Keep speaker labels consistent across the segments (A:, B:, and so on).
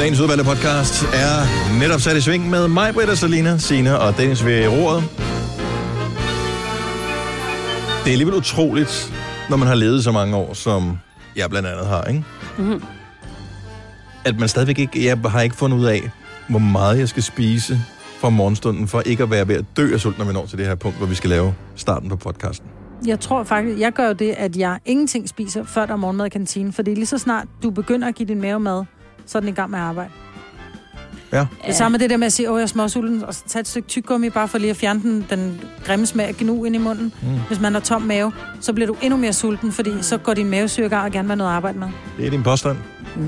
A: Dagens udvalgte podcast er netop sat i sving med mig, Britta, Salina, Sina og Dennis ved roret. Det er alligevel utroligt, når man har levet så mange år, som jeg blandt andet har, ikke?
B: Mhm.
A: At man stadigvæk ikke, jeg har ikke fundet ud af, hvor meget jeg skal spise fra morgenstunden, for ikke at være ved at dø af sult, når vi når til det her punkt, hvor vi skal lave starten på podcasten.
C: Jeg tror faktisk, jeg gør jo det, at jeg ingenting spiser, før der er morgenmad i kantinen. Fordi lige så snart du begynder at give din mave mad, så er den i gang med at arbejde.
A: Ja.
C: Det samme med det der med at sige, åh, jeg er småsulten, og så tage et stykke tyggegummi, bare for lige at fjerne den, den grimme smag af gnu ind i munden.
A: Mm.
C: Mm. Hvis man har tom mave, så bliver du endnu mere sulten, fordi så går din mavesyre i gang og gerne vil have noget at arbejde med.
A: Det er din påstand.
C: Mm.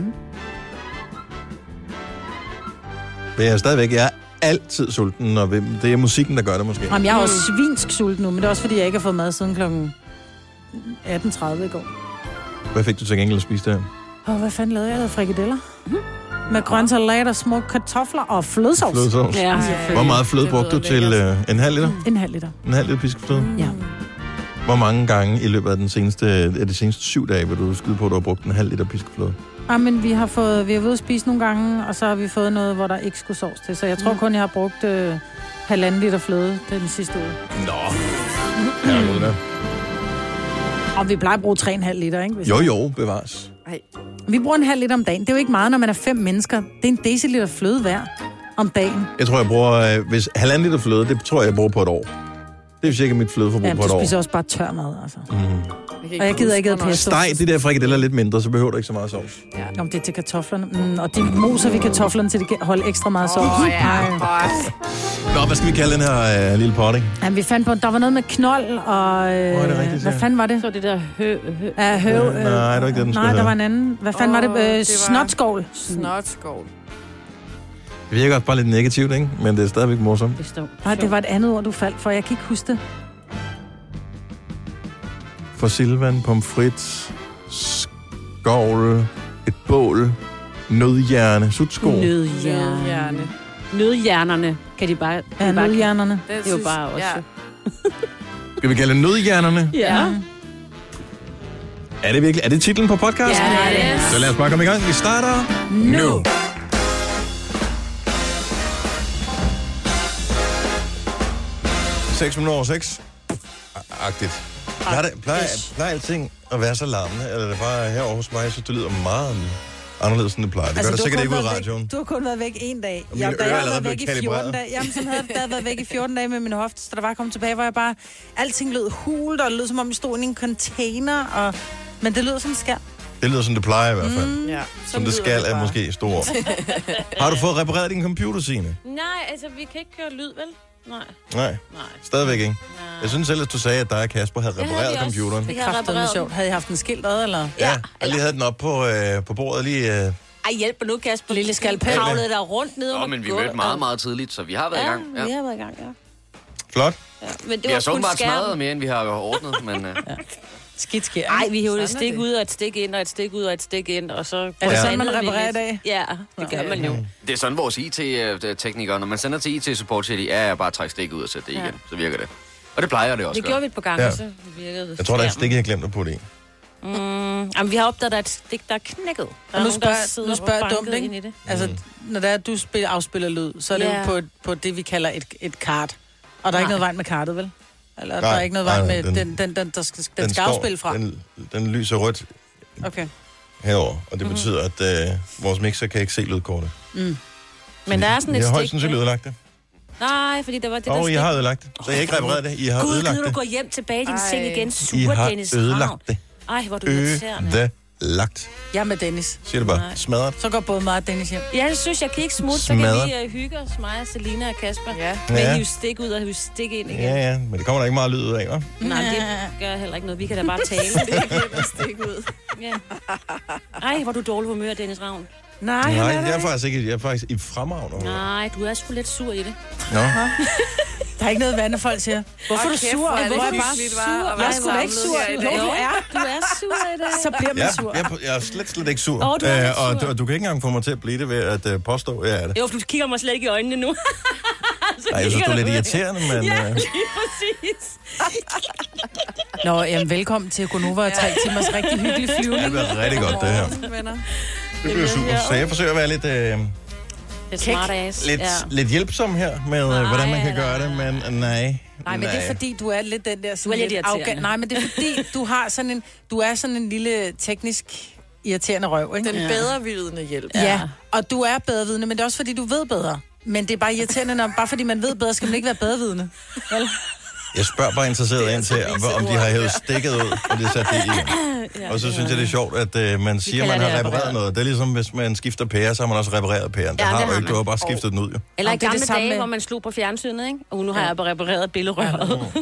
A: Men jeg er stadigvæk, jeg er altid sulten, og hvem- det er musikken, der gør det måske.
C: Jamen, jeg er også svinsk sulten nu, men det er også, fordi jeg ikke har fået mad siden kl. 18.30 i går.
A: Hvad fik du til gengæld at spise der?
C: Åh, hvad fanden lavede jeg? Jeg lavede frikadeller. Med grønne salater, små kartofler og flødsovs.
A: Flødesovs.
B: Ja,
C: Ej,
B: selvfølgelig.
A: Hvor meget fløde
B: Det
A: brugte du
B: lyder
A: til
B: lækkert.
A: øh, en halv liter?
C: En halv liter.
A: En halv liter piskefløde?
C: Ja.
A: Hvor mange gange i løbet af, den seneste, af de seneste syv dage vil du skyde på, at du har brugt en halv liter piskefløde?
C: Ah, men vi har fået, vi har været ude at spise nogle gange, og så har vi fået noget, hvor der ikke skulle sovs til. Så jeg tror kun, jeg har brugt øh, halvanden liter fløde den sidste uge.
A: Nå, herregud da.
C: Og vi plejer at bruge 3,5 liter, ikke? Hvis
A: Jo, jo, bevares.
C: Vi bruger en halv liter om dagen. Det er jo ikke meget, når man er fem mennesker. Det er en deciliter fløde hver om dagen.
A: Jeg tror, jeg bruger... Øh, hvis halvanden liter fløde, det tror jeg, jeg bruger på et år. Det er cirka mit flødeforbrug
C: Jamen,
A: på et
C: du
A: år.
C: spiser også bare tør mad, altså.
A: Mm.
C: Og jeg gider ikke at pesto.
A: Steg de der frikadeller lidt mindre, så behøver du ikke så meget sovs.
C: Nå, men det er til kartoflerne. Mm, og det moser vi kartoflerne til, det kan holde ekstra meget sovs.
B: Åh, ja.
C: Ej.
A: Nå, hvad skal vi kalde den her øh, lille potting?
C: Jamen, vi fandt på, der var noget med knold, og... Øh,
A: Åh, er det rigtigt,
C: hvad
A: ja.
C: fanden var det?
B: Så det der hø, hø,
C: Ja, høv, øh,
A: Nej, det var ikke det, den skulle
C: Nej, der
A: hedde.
C: var en anden. Hvad fanden oh, var det?
D: Åh, det
C: Øh,
D: var-
C: Snotskål.
D: Snotskål.
A: Det virker også bare lidt negativt, ikke? Men det er stadigvæk morsomt.
B: består.
C: Nej, det var et andet ord, du faldt for. Jeg kan ikke huske det.
A: For Silvan, pomfrit, skovl, et bål, nødhjerne, sutsko.
B: Nødhjerne.
D: Nødhjerne.
B: Nødhjernerne kan de bare...
C: Ja,
B: de bare
C: nødhjernerne.
D: Den
B: Det er jo bare også.
A: Skal vi kalde det nødhjernerne?
B: Ja.
A: Er det virkelig? Er det titlen på podcasten?
B: Ja, det er
A: Så lad os bare komme i gang. Vi starter nu. Seks minutter over seks. Agtigt. Plejer, det- plejer, plejer alting at være så larmende? Eller er det bare herovre hos mig? Jeg synes, det lyder meget anderledes, end det plejer. Det altså, gør det sikkert ikke ud i radioen.
C: Du har kun været væk en dag.
A: Og mine
C: da
A: ører
C: jeg
A: er allerede
C: væk i
A: blevet
C: 14
A: kalibreret.
C: dage. Jamen, sådan havde jeg været væk i 14 dage med min hofte, så der var kommet tilbage, hvor jeg bare... Alting lød hult, og det lød, som om vi stod inde i en container, og... Men det lød som skær.
A: Det lyder, som det plejer i hvert fald. Mm.
D: Ja.
A: Som det skal, er måske et stort. ord. Har du fået repareret din computer, Signe?
B: Nej, altså, vi kan ikke køre lyd, vel? Nej,
A: Nej,
B: nej.
A: stadigvæk ikke.
B: nej.
A: Jeg synes ellers, du sagde, at dig og Kasper havde
B: Det havde
A: repareret
B: vi også.
A: computeren.
B: Det
C: Det
B: er
C: er
B: kraftedeme
C: kraftedeme
B: sjovt.
C: sjovt. Havde I haft en skilt ad, eller?
A: Ja, og lige havde den op på, øh, på bordet lige... Øh,
B: Ej, hjælp mig nu, Kasper.
C: Lille skalpel.
B: Kravlede der rundt ned
E: Nå,
B: under
E: men vi
B: gulvet.
E: mødte meget, meget tidligt, så vi har været i gang.
B: Ja,
E: Ja.
B: vi har været i gang, ja.
A: flot.
B: ja. Men det
E: Vi
B: var
E: har så
B: kun
E: åbenbart smadret
B: skærmen.
E: mere, end vi har ordnet, men uh,
C: Skidt skær.
B: Nej, vi hævde et
D: Sådan er
B: stik
D: det.
B: ud og et stik ind og et stik ud og et stik ind, og så...
C: Er det sådan,
B: Ja.
C: man reparerer i dag?
B: Ja, det gør man jo.
E: det er sådan vores IT-teknikere. Når man sender til IT-support, siger de, ja, ja, bare træk stik ud og sæt det igen. Ja. Så virker det. Og det plejer det også
B: Det
E: at
B: gjorde
E: gøre.
B: vi et par gange,
A: Ja.
B: ja. så virkede det.
A: Jeg tror, der er et
B: skærmen.
A: stik, jeg har glemt at putte i.
B: Mm, jamen, vi har opdaget, at der er et stik, der er knækket. Der er
C: nu
B: nogen, der
C: spørger-
B: sidder
C: nu spørger
B: og banker
C: jeg dumt, ikke?
B: ind i det.
C: Altså,
A: Mm.
C: når det er, at du spiller, afspiller lyd, så er det
B: Ja.
C: jo på, et, på det, vi kalder et, et kart. Og der
B: Nej.
C: er ikke noget vej med kartet, vel? Eller
A: Nej,
C: der er ikke noget
A: nej,
C: vej
A: nej,
C: med
A: den-
C: den, den, den, den, der skal, den, skal
A: står-
C: afspille fra?
A: Den, den lyser rødt
C: Okay.
A: herover, og
B: Mhm.
A: det betyder, at øh, vores mixer kan ikke se lydkortet.
B: Men der er sådan
A: Jeg
B: et
A: har højst
B: stik.
A: sandsynligt ødelagt det.
B: Nej, fordi der var det, der
A: Og
B: stik.
A: I har ødelagt det. Så jeg har ikke repareret det. I har
B: Gud,
A: ødelagt
B: gider du
A: det.
B: gå hjem tilbage i din
D: Ej.
B: seng igen,
A: I
B: super
A: har
B: Dennis Ravn.
A: ødelagt det.
B: Ej, hvor er du irriterende.
A: Ødelagt.
C: Jeg er med Dennis.
A: Siger du bare.
B: Nej.
A: Smadret.
C: Så går både mig og Dennis hjem.
B: Ja, det synes jeg, kan I ikke smutte, så
A: Smadret.
B: kan vi uh, hygge os, mig, Selina og Kasper.
D: Ja.
B: Men
A: Ja.
B: ja. hive stik ud og hive stik ind igen.
A: Ja, ja, men det kommer der ikke meget lyd ud af, hva'?
B: Nej, det gør heller ikke noget. Vi kan da bare tale. ja. Ej, hvor er du dårlig humør, Dennis Ravn.
C: Nej,
A: Nej,
C: han er
A: jeg
C: der,
A: er
C: ikke.
A: faktisk ikke. Jeg er faktisk i fremragende. humør.
B: Nej, du er sgu lidt sur i det.
A: Nå.
C: der er ikke noget vand, når folk siger. Hvorfor er du sur? Og
D: det
C: Hvorfor er jeg bare
D: hyggeligt, hva'?
C: sur?
D: Og
C: Jeg
D: hvor
C: er sgu
D: er
C: da ikke
D: jeg
C: sur.
D: samlet her i dag.
C: Jo, du er.
B: Du er sur i dag.
C: Så bliver
A: Jeg,
C: man sur.
A: jeg, jeg er slet, slet ikke sur.
B: Åh, du er lidt
A: Øh, og,
B: sur.
A: du, og du kan ikke engang få mig til at blive det ved at øh, påstå, at jeg er det.
B: Jo, for du kigger mig slet ikke i øjnene nu. Så
A: Nej, jeg synes, du
B: kigger
A: er lidt
B: ud.
A: irriterende, men...
B: Ja,
A: øh,
B: lige præcis.
C: Nå, jamen, velkommen til Gonova og tre timers rigtig hyggelig
A: Det
C: flyvning.
A: bliver rigtig godt, det her.
D: Venner.
A: Det bliver super. Så jeg forsøger at være lidt, øh,
B: Det er smart ass.
A: lidt, ja. lidt hjælpsom her med, nej, hvordan man kan gøre det, men øh, nej.
C: Nej, men det er fordi, du er lidt den der...
B: Du er
C: Sådan
B: lidt irriterende.
C: Nej, men det er fordi, du har sådan en... Du er sådan en lille teknisk irriterende røv, ikke?
D: Den ja. bedrevidende hjælp.
C: Ja. ja. Og du er bedrevidende, men det er også fordi, du ved bedre. Men det er bare irriterende, når bare fordi man ved bedre, skal man ikke være bedrevidende. Vel?
A: Jeg spørger bare interesseret ind til, om, om de har hævet stikket ud, og det sat det i.
B: Ja,
A: Og så synes jeg, det er sjovt, at øh, man siger,
B: kalder
A: man har
B: det
A: repareret
B: repareret.
A: noget. Det er ligesom, hvis man skifter pære, så har man også repareret pæren. Det
B: Ja,
A: har
B: det
A: du
B: har
A: ikke. Du
B: man.
A: har bare skiftet den ud, jo.
B: Eller i
C: Jamen, det er
B: gamle
C: det samme
B: dage,
C: med-
B: hvor man slog på fjernsynet, ikke? Og nu har jeg repareret billedrøret.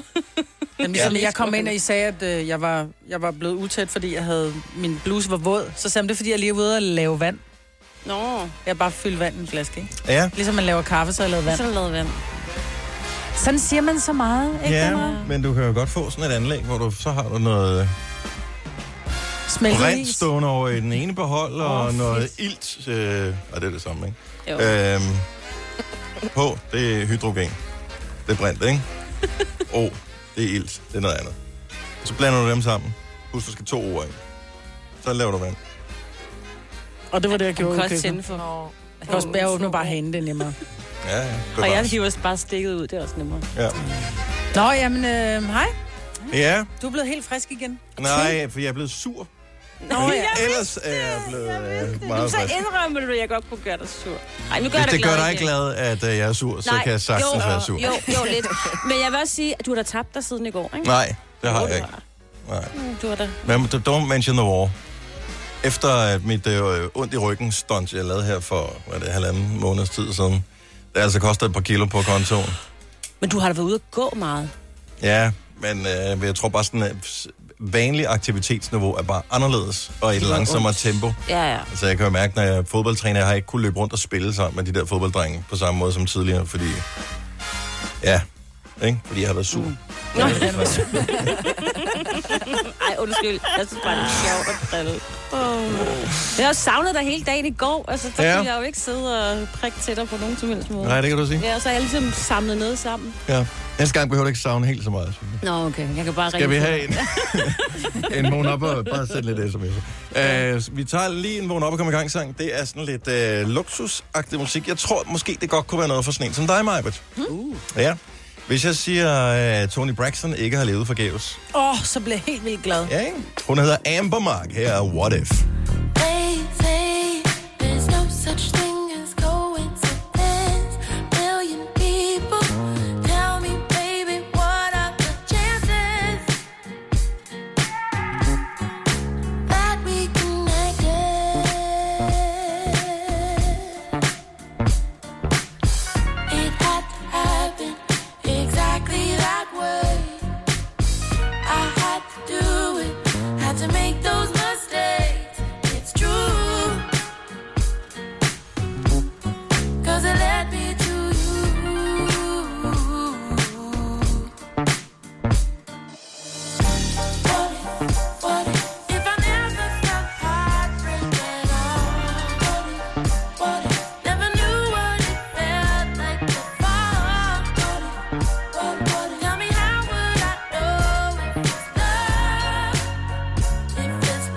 C: Jamen, ligesom, jeg kom ind, og I sagde, at øh, jeg, var, jeg var blevet utæt, fordi jeg havde, min bluse var våd. Så sagde jeg, "Men det er, fordi jeg lige er ude og lave vand.
B: Nå,
C: Jeg har bare fyldt vand i en flaske, ikke?
A: Ja,
C: Ligesom man laver kaffe, så har jeg lavet vand.
B: sådan lavede vand.
C: Sådan siger man så meget, ikke?
A: ja men du kan jo godt få sådan et anlæg, hvor du så har du noget brint
C: Smeltelis.
A: stående over i den ene behold, og
C: Åh,
A: oh, noget
C: fedt.
A: ilt. Øh, og det er det samme, ikke?
B: Jo.
A: Øhm, på, det er hydrogen. Det er brint, ikke? O, det er ilt. Det er noget andet. Og så blander du dem sammen. Husk, du skal to ord i. Så laver du vand.
C: Og det var det, jeg
B: Du
C: gjorde
B: kan
C: i
B: også
C: køkkenet.
B: tænde for.
C: Også bare åbner bare hanen, det er nemmere.
A: Ja, ja.
B: Og jeg
A: Bevares.
B: hiver også bare stikket ud, det er også nemmere.
A: ja.
C: Nå, jamen, øh, hej.
A: ja.
C: Du er blevet helt frisk igen.
A: Nej, for jeg er blevet sur.
C: Nå,
A: Men
C: ja.
A: Ellers er jeg blevet øh,
B: Nu
A: meget
B: så
A: frisk.
B: indrømmer du, at jeg godt kunne gøre dig sur. Ej, nu gør
A: Hvis
B: jeg
A: det gør
B: glad
A: dig
B: igen.
A: glad, at øh, jeg er sur, så
B: Nej,
A: kan jeg sagtens
B: jo,
A: være sur.
B: Jo, jo, lidt. Men jeg vil også sige, at du har da tabt dig siden i går, ikke?
A: Nej, det har
B: Jo, du
A: jeg ikke. Nej.
B: Mm, Du har da.
A: Men du- don't mention the war. Efter at mit øh, ondt i ryggen stunt, jeg lavede her for hvad er det, halvanden måneds tid siden, det altså koster et par kilo på kontoen.
B: Men du har da været ude at gå meget.
A: Ja, men øh, men jeg tror bare sådan, at s- vanlig aktivitetsniveau er bare anderledes og i et langsommere tempo.
B: Ja, ja.
A: Altså jeg kan jo mærke, når jeg er fodboldtræner, jeg har ikke kunnet løbe rundt og spille sammen med de der fodbolddrenge på samme måde som tidligere, fordi... Ja, ikke? Fordi jeg har været sur. Mm.
B: Nå. Ej, undskyld. Jeg synes bare, det er sjovt at drille. Oh. Jeg har også savnet dig hele dagen i går. Altså, der
A: Ja.
B: ja. kunne jeg jo ikke sidde og prikke til dig på nogen som helst måde.
A: Nej, det kan du sige.
B: Ja, og så er jeg ligesom samlet noget sammen.
A: Ja. Næste gang behøver du ikke savne helt så meget. synes jeg.
B: Nå, okay. Jeg kan bare
A: Skal vi have en, en vågn op og bare sætte lidt sms'er? Uh, vi tager lige en vågn op og kommer i gang sang. Det er sådan lidt uh, luksusagtig musik. Jeg tror måske, det godt kunne være noget for sådan en som dig, Majbert. Uh. Ja. Hvis jeg siger, uh, Tony Braxton ikke har levet forgæves.
C: Åh, oh, så blev jeg helt vildt glad.
A: Ja, ikke? Hun hedder Amber Mark. Her er What If.
F: Exactly that way. I had to do it, had to make those mistakes. It's true. Cause it led me to you. What if, what if, if I never felt heartbreak at all? What if, what if, never knew what it felt like to fall? What if, what, what if, tell me how would I know if it's love, if it's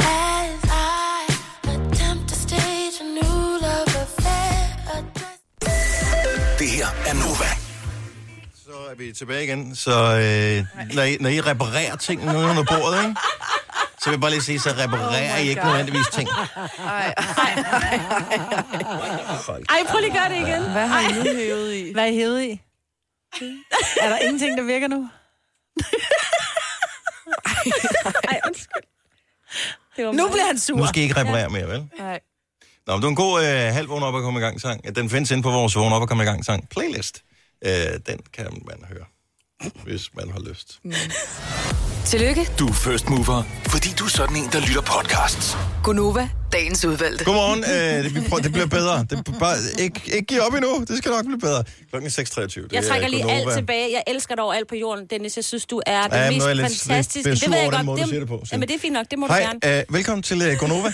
F: love? As I attempt to stage a new love affair, a dress-
G: Det her er Nova.
A: Så er vi tilbage igen. Så øh, når, I, når I reparerer ting nede under bordet, ikke? Så vil jeg bare lige sige, så reparerer oh I ikke nødvendigvis ting.
B: Ej, prøv lige at gøre det igen.
C: Hvad har I nu hævet i? Hvad er I hævet i? er der ingenting, der virker nu?
B: Ej, undskyld. Det var
C: Nu
B: mig.
C: bliver han sur.
A: Nu skal I ikke reparere mere, vel?
D: Nej.
A: Nå, men det var en god øh, halv vågn op og komme i gang sang. Den findes inde på vores vågn op og komme i gang sang playlist. Øh, den kan man høre, hvis man har lyst.
H: Tillykke,
G: Du er first mover, fordi du er sådan en, der lytter podcasts.
H: Gunova, dagens udvalgte.
A: Godmorgen. Øh, det, vi prøver, det bliver bedre. Det, er bare, ikke, ikke give op endnu. Det skal nok blive bedre. Klokken er 6.23. Det
B: Jeg
A: er
B: trækker lige
A: Gonova.
B: alt tilbage. Jeg elsker dig over alt på jorden, Dennis. Jeg synes, du er den
A: Ja, men
B: mest
A: nu er jeg lidt- lidt
B: fantastiske.
A: besur
B: det ved
A: over
B: jeg
A: den
B: godt.
A: måde, du
B: det,
A: siger det på, så.
B: Jamen, det er fint nok. Det må du
A: Hej,
B: gerne.
A: øh, velkommen til øh, Gonova.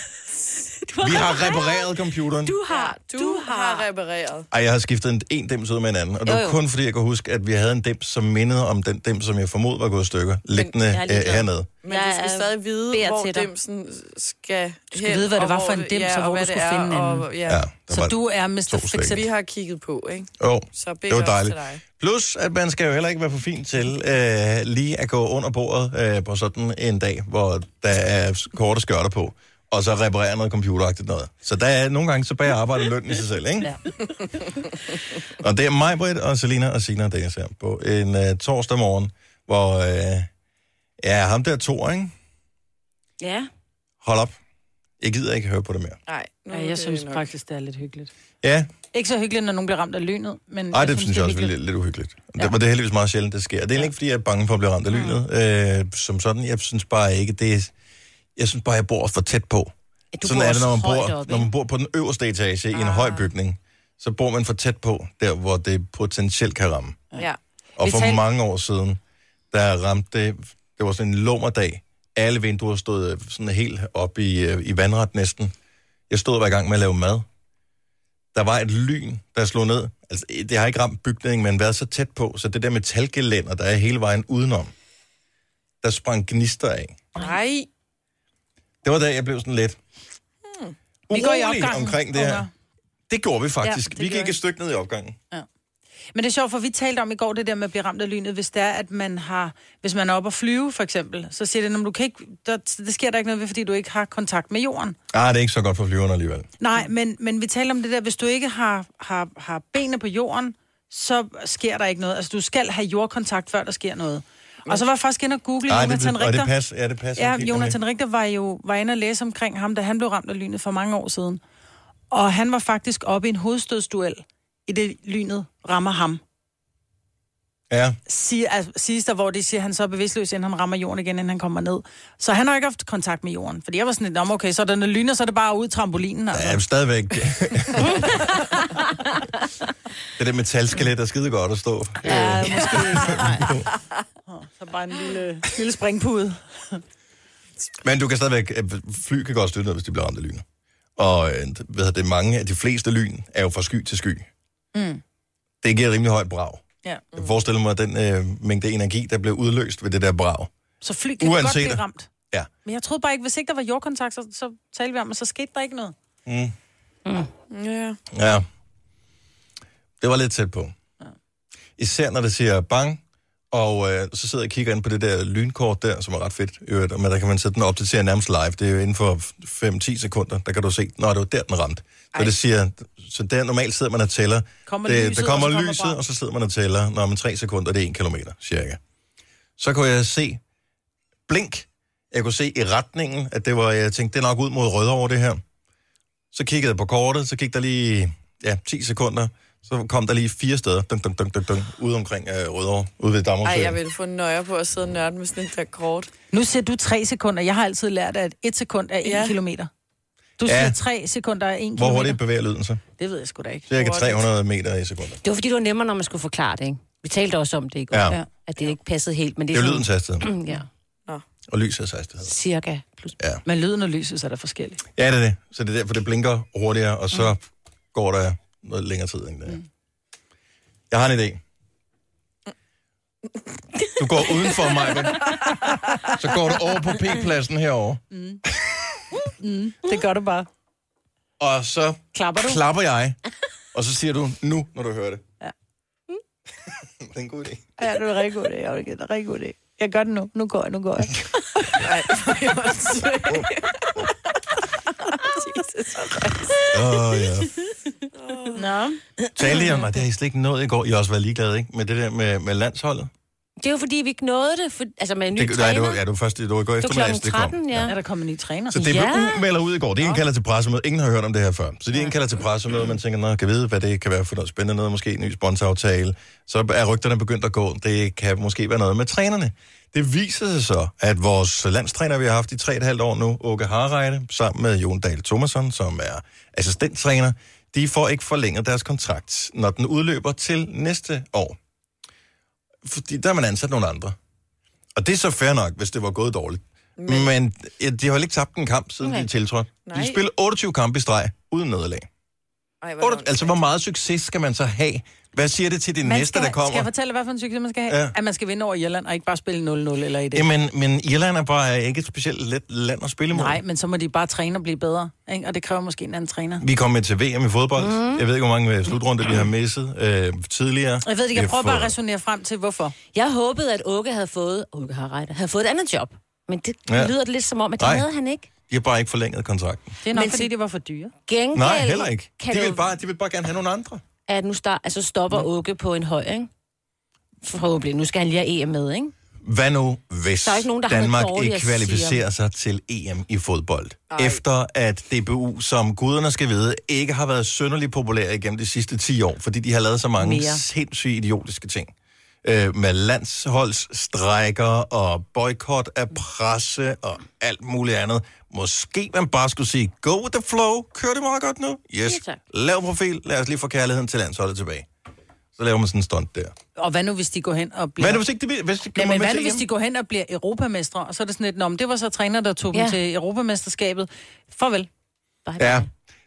B: Du har,
A: Vi har repareret computeren.
B: du har,
D: Du, du har, har repareret.
A: Ej, jeg har skiftet en, en dims ud med en anden, og det
B: Jo,
A: var
B: jo.
A: kun fordi, jeg kan huske, at vi havde en dims, som mindede om den dims, som jeg formod var gået i stykker, liggende
B: jeg er
A: øh,
B: ligeglad.
A: hernede.
D: Men jeg du skal
B: Jeg er
D: stadig vide,
B: beder
D: hvor
B: til dig.
D: dimsen skal Du
C: skal vide, hvad det var for en dims, og hvor du skulle finde en anden.
D: ja.
A: Ja,
D: ja.
A: der
C: Så
A: var,
C: du er Mr.
A: to slægter.
C: Fixit.
D: Vi har kigget på, ikke?
A: Jo,
D: Så big
A: det var
D: ups til
A: dejligt.
D: dig.
A: Plus, at man skal jo heller ikke være for fin til øh, lige at gå under bordet øh, på sådan en dag, hvor der er s- korte skørter på, og så reparere noget computeragtigt noget. Så der er nogle gange, så bag arbejde løn i sig selv, ikke? Ja. og det er mig, Britt, og Selina og Sina, der jeg ser på en øh, torsdag morgen, hvor øh, ja, ham der to, ikke?
B: Ja.
A: Hold op. Jeg gider ikke høre på det mere.
D: Nej, nu
I: Ja,
D: er
I: jeg
D: det
I: synes
D: nok.
I: faktisk, det er lidt hyggeligt.
A: Ja,
C: Ikke så hyggeligt, når nogen bliver ramt af lynet, men...
A: Ej, det synes jeg også er
C: hyggeligt.
A: lidt, lidt uhyggeligt. Ja. Det, men det er heldigvis meget sjældent, det sker. Det er ja. ikke, fordi jeg er bange for at blive ramt af lynet. Øh, som sådan, jeg synes bare ikke, det er, Jeg synes bare, jeg bor for tæt på.
B: Du
A: sådan
B: bor
A: er det, når man,
B: også højt
A: bor,
B: oppe,
A: når man bor på den øverste etage ah. i en høj bygning. Så bor man for tæt på, der hvor det potentielt kan ramme.
D: Ja.
A: Og
C: Vi
A: for
C: talte-
A: mange år siden, der ramte det, det var sådan en lummerdag. Alle vinduer stod øh, sådan helt op i, øh, i vandret næsten. Jeg stod og var i gang med at lave mad. Der var et lyn, der slog ned. Altså, eh, det har ikke ramt bygningen, men været så tæt på, så det der metalgelænder, der er hele vejen udenom, der sprang gnister af.
D: Nej,
A: Det var da, jeg blev sådan lidt hmm.
C: Vi går i
A: urolig
C: opgangen,
A: omkring det her.
C: unger.
A: Det gjorde vi faktisk.
C: Ja, det
A: Ja, vi
C: gjorde
A: gik
C: I.
A: et stykke ned i opgangen.
C: Men det er sjovt, for vi talte om i går det der med at blive ramt af lynet, hvis det er, at man har, hvis man er oppe at flyve, for eksempel, så siger det, "Nå, men du kan ikke, der, det sker der ikke noget ved, fordi du ikke har kontakt med jorden.
A: Ah, det er ikke så godt for flyverne alligevel.
C: Nej, men, men vi taler om det der, hvis du ikke har, har, har benene på jorden, så sker der ikke noget. Altså, du skal have jordkontakt, før der sker noget. Og så var jeg faktisk inde og google
A: Nej, Ah, det,
C: Jonathan
A: det, og det
C: Richter.
A: passer. Ja, det passer.
C: Ja,
A: helt nemlig.
C: Jonathan Richter var jo var inde og læse omkring ham, da han blev ramt af lynet for mange år siden. Og han var faktisk oppe i en hovedstødsduel, i det lynet rammer ham.
A: Ja.
C: Sig, altså, siges der, hvor de siger, at han så er bevidstløs, inden han rammer jorden igen, inden han kommer ned. Så han har ikke haft kontakt med jorden. Fordi jeg var sådan lidt, om okay, så den lyner, så er det bare ud i trampolinen. Altså.
A: Ja, men stadigvæk. det der metalskelet er skide godt at stå.
C: Ja, måske ikke. Nej. Så bare en lille, lille springpude.
A: Men du kan stadigvæk, øh, fly kan godt støtte noget, hvis de bliver ramt af lyn. Og øh, ved jeg, det er mange af de fleste lyn er jo fra sky til sky. Mm. Det giver rimelig højt brag.
C: Ja.
A: Jeg forestiller mig den øh, mængde energi, der blev udløst ved det der brag.
C: Så fly kan
A: Uanset
C: godt blive
A: det.
C: ramt.
A: Ja.
C: Men jeg troede bare ikke, hvis ikke der var jordkontakt, så, så talte vi om, at så skete der ikke noget.
D: ja.
A: Ja. Det var lidt tæt på. Især når det siger bang, og øh, så sidder jeg og kigger ind på det der lynkort der, som er ret fedt, i øvrigt, men der kan man sætte den op til at nærmest live. Det er jo inden for 5-10 sekunder, der kan du se, når det var der, den ramte. Så det siger, så der normalt sidder man og tæller.
C: Kommer
A: det,
C: lyset,
A: der kommer
C: og så kommer
A: lyset,
C: branden.
A: og så sidder man og tæller, når man 3 sekunder, det er 1 kilometer, cirka. Så kunne jeg se blink. Jeg kunne se i retningen, at det var, jeg tænkte, det er nok ud mod Rødovre, det her. Så kiggede jeg på kortet, så gik der lige ja, 10 sekunder, så kom der lige fire steder, dun, dun, dun, dun, dun, ude omkring øh, Rødovre, ude ved
D: Ej,
A: Dammersøen.
D: jeg ville få nøje på at sidde og nørde med sådan et der kort.
C: Nu siger du tre sekunder. Jeg har altid lært, at et sekund er en
D: Ja.
C: ja. kilometer. Du
A: Ja.
C: siger tre sekunder er en
A: Hvor
C: kilometer.
A: hurtigt bevæger lyden så?
C: Det ved jeg sgu da ikke.
A: Cirka
D: Hurtigt.
A: 300 meter i sekundet.
I: Det var fordi, det var nemmere, når man skulle forklare det, ikke? Vi talte også om det i går,
A: Ja. Ja.
I: at det ikke passede helt, men det
A: Det
I: er
A: er jo lydens hastighed,
I: sådan, ja,
A: og lysets hastighed.
I: cirka. Plus.
C: Men lyden og lyset så er der forskelligt.
A: Ja, det er det. Så det er derfor, det blinker hurtigere, og så går der noget længere tid end det. er.
I: Mm.
A: Jeg har en idé. Du går udenfor mig, så går du over på P-pladsen herover,
C: Det gør du bare.
A: og så
C: Klapper du?
A: klapper jeg, og så siger du nu, når du hører det. Ja. det er en god idé.
C: Ja, det er rigtig god idé. Jorgen. Det er rigtig god idé. Jeg gør det nu. Nu går jeg, nu går jeg.
D: Nej, for jeg var sød.
A: Åh, oh, ja.
C: Nå.
A: Talte I om, at det har I slet ikke nået i går. I har også været ligeglade, ikke? Med det der med, med landsholdet.
I: Det er jo fordi, vi ikke nåede det, for, altså med en ny
A: Det, nej,
I: træner.
A: det var, ja, det var først det var i går
I: det var klokken
A: eftermiddags, det kom.
I: 13, ja.
C: Er der kommet en ny træner?
A: Så det blev
I: Ja.
A: ja. melder ud i går. Det er en kalder til pressemøde. Ingen har hørt om det her før. Så de indkalder til pressemøde, man tænker, nå, kan vide, hvad det kan være for noget spændende noget, måske en ny sponsoraftale. Så er rygterne begyndt at gå. Det kan måske være noget med trænerne. Det viser sig så, at vores landstræner, vi har haft i 3,5 år nu, Åke Harreide, sammen med Jon Dahl Thomasson, som er assistenttræner, de får ikke forlænget deres kontrakt, når den udløber til næste år. Fordi der har man ansat nogle andre. Og det er så fair nok, hvis det var gået dårligt. Men, Men ja, de har heller ikke tabt en kamp, siden okay.
D: Nej.
A: de tiltrådte. De
D: Nej.
A: har spillet 28 kampe i streg, uden nederlag.
D: Ej, hvor
A: Otte- Altså, hvor meget succes skal man så have? Hvad siger det til de næste,
C: skal,
A: der kommer?
C: Skal jeg fortælle, hvad for en succes man skal have?
A: Ja.
C: Ja. At man skal vinde over Irland, og ikke bare spille 0-0 eller i det.
A: Jamen, men Irland er bare ikke et specielt let land at spille mod.
C: Nej, men så må de bare træne og blive bedre. Ikke? Og det kræver måske en anden træner.
A: Vi kom med til VM i fodbold. Mm. Jeg ved ikke, hvor mange øh, slutrunder vi har misset øh, tidligere.
C: Jeg ved ikke, jeg
A: Vi
C: prøver bare at
A: får-
C: resonere frem til, hvorfor.
I: Jeg håbede, at Åke havde fået, Åke har ret, havde fået et andet job. Men det
A: Ja.
I: ja. lyder det lidt som om, at det
A: Nej.
I: havde han ikke.
A: De har bare ikke forlænget kontrakten.
C: Det er nok,
I: Men
C: men, fordi
I: til-
C: det var for dyre.
I: Gengæld
A: Nej, heller ikke.
I: Kan
A: De
I: det
A: vil,
I: jo,
A: bare, Mm. de vil bare gerne have nogle andre.
I: at nu start, altså stopper Åke på en høj, ikke? Forhåbentlig. Nu skal han lige have EM med, ikke?
A: Hvad nu, hvis
I: Der er ikke nogen, der har
A: Danmark
I: noget
A: ikke
I: dårligere,
A: kvalificerer sig til EM i fodbold? Ej. Efter at DBU, som guderne skal vide, ikke har været sønderlig populær igennem de sidste 10 år, fordi de har lavet så mange Mere.
I: Mere.
A: sindssygt idiotiske ting. Øh, med landsholdsstrækker og boykot af presse og alt muligt andet. Måske man bare skulle sige, go with the flow, kører det meget godt nu? Yes,
I: Ja, tak.
A: lav profil, lad os lige få kærligheden til landsholdet tilbage. Så laver man sådan en stunt der.
C: Og hvad nu, hvis de går hen og bliver...
A: Hvad er det, hvis ikke det vil- hvis det kommer
C: Jamen,
A: med
C: hvad nu,
A: til
C: hvis
A: EM?
C: de går hen og bliver europamestre, og så er det sådan lidt, Nå, men det var så træner, der tog ja.
I: Ja.
C: dem til europamesterskabet. Farvel.
I: Bare
A: Ja,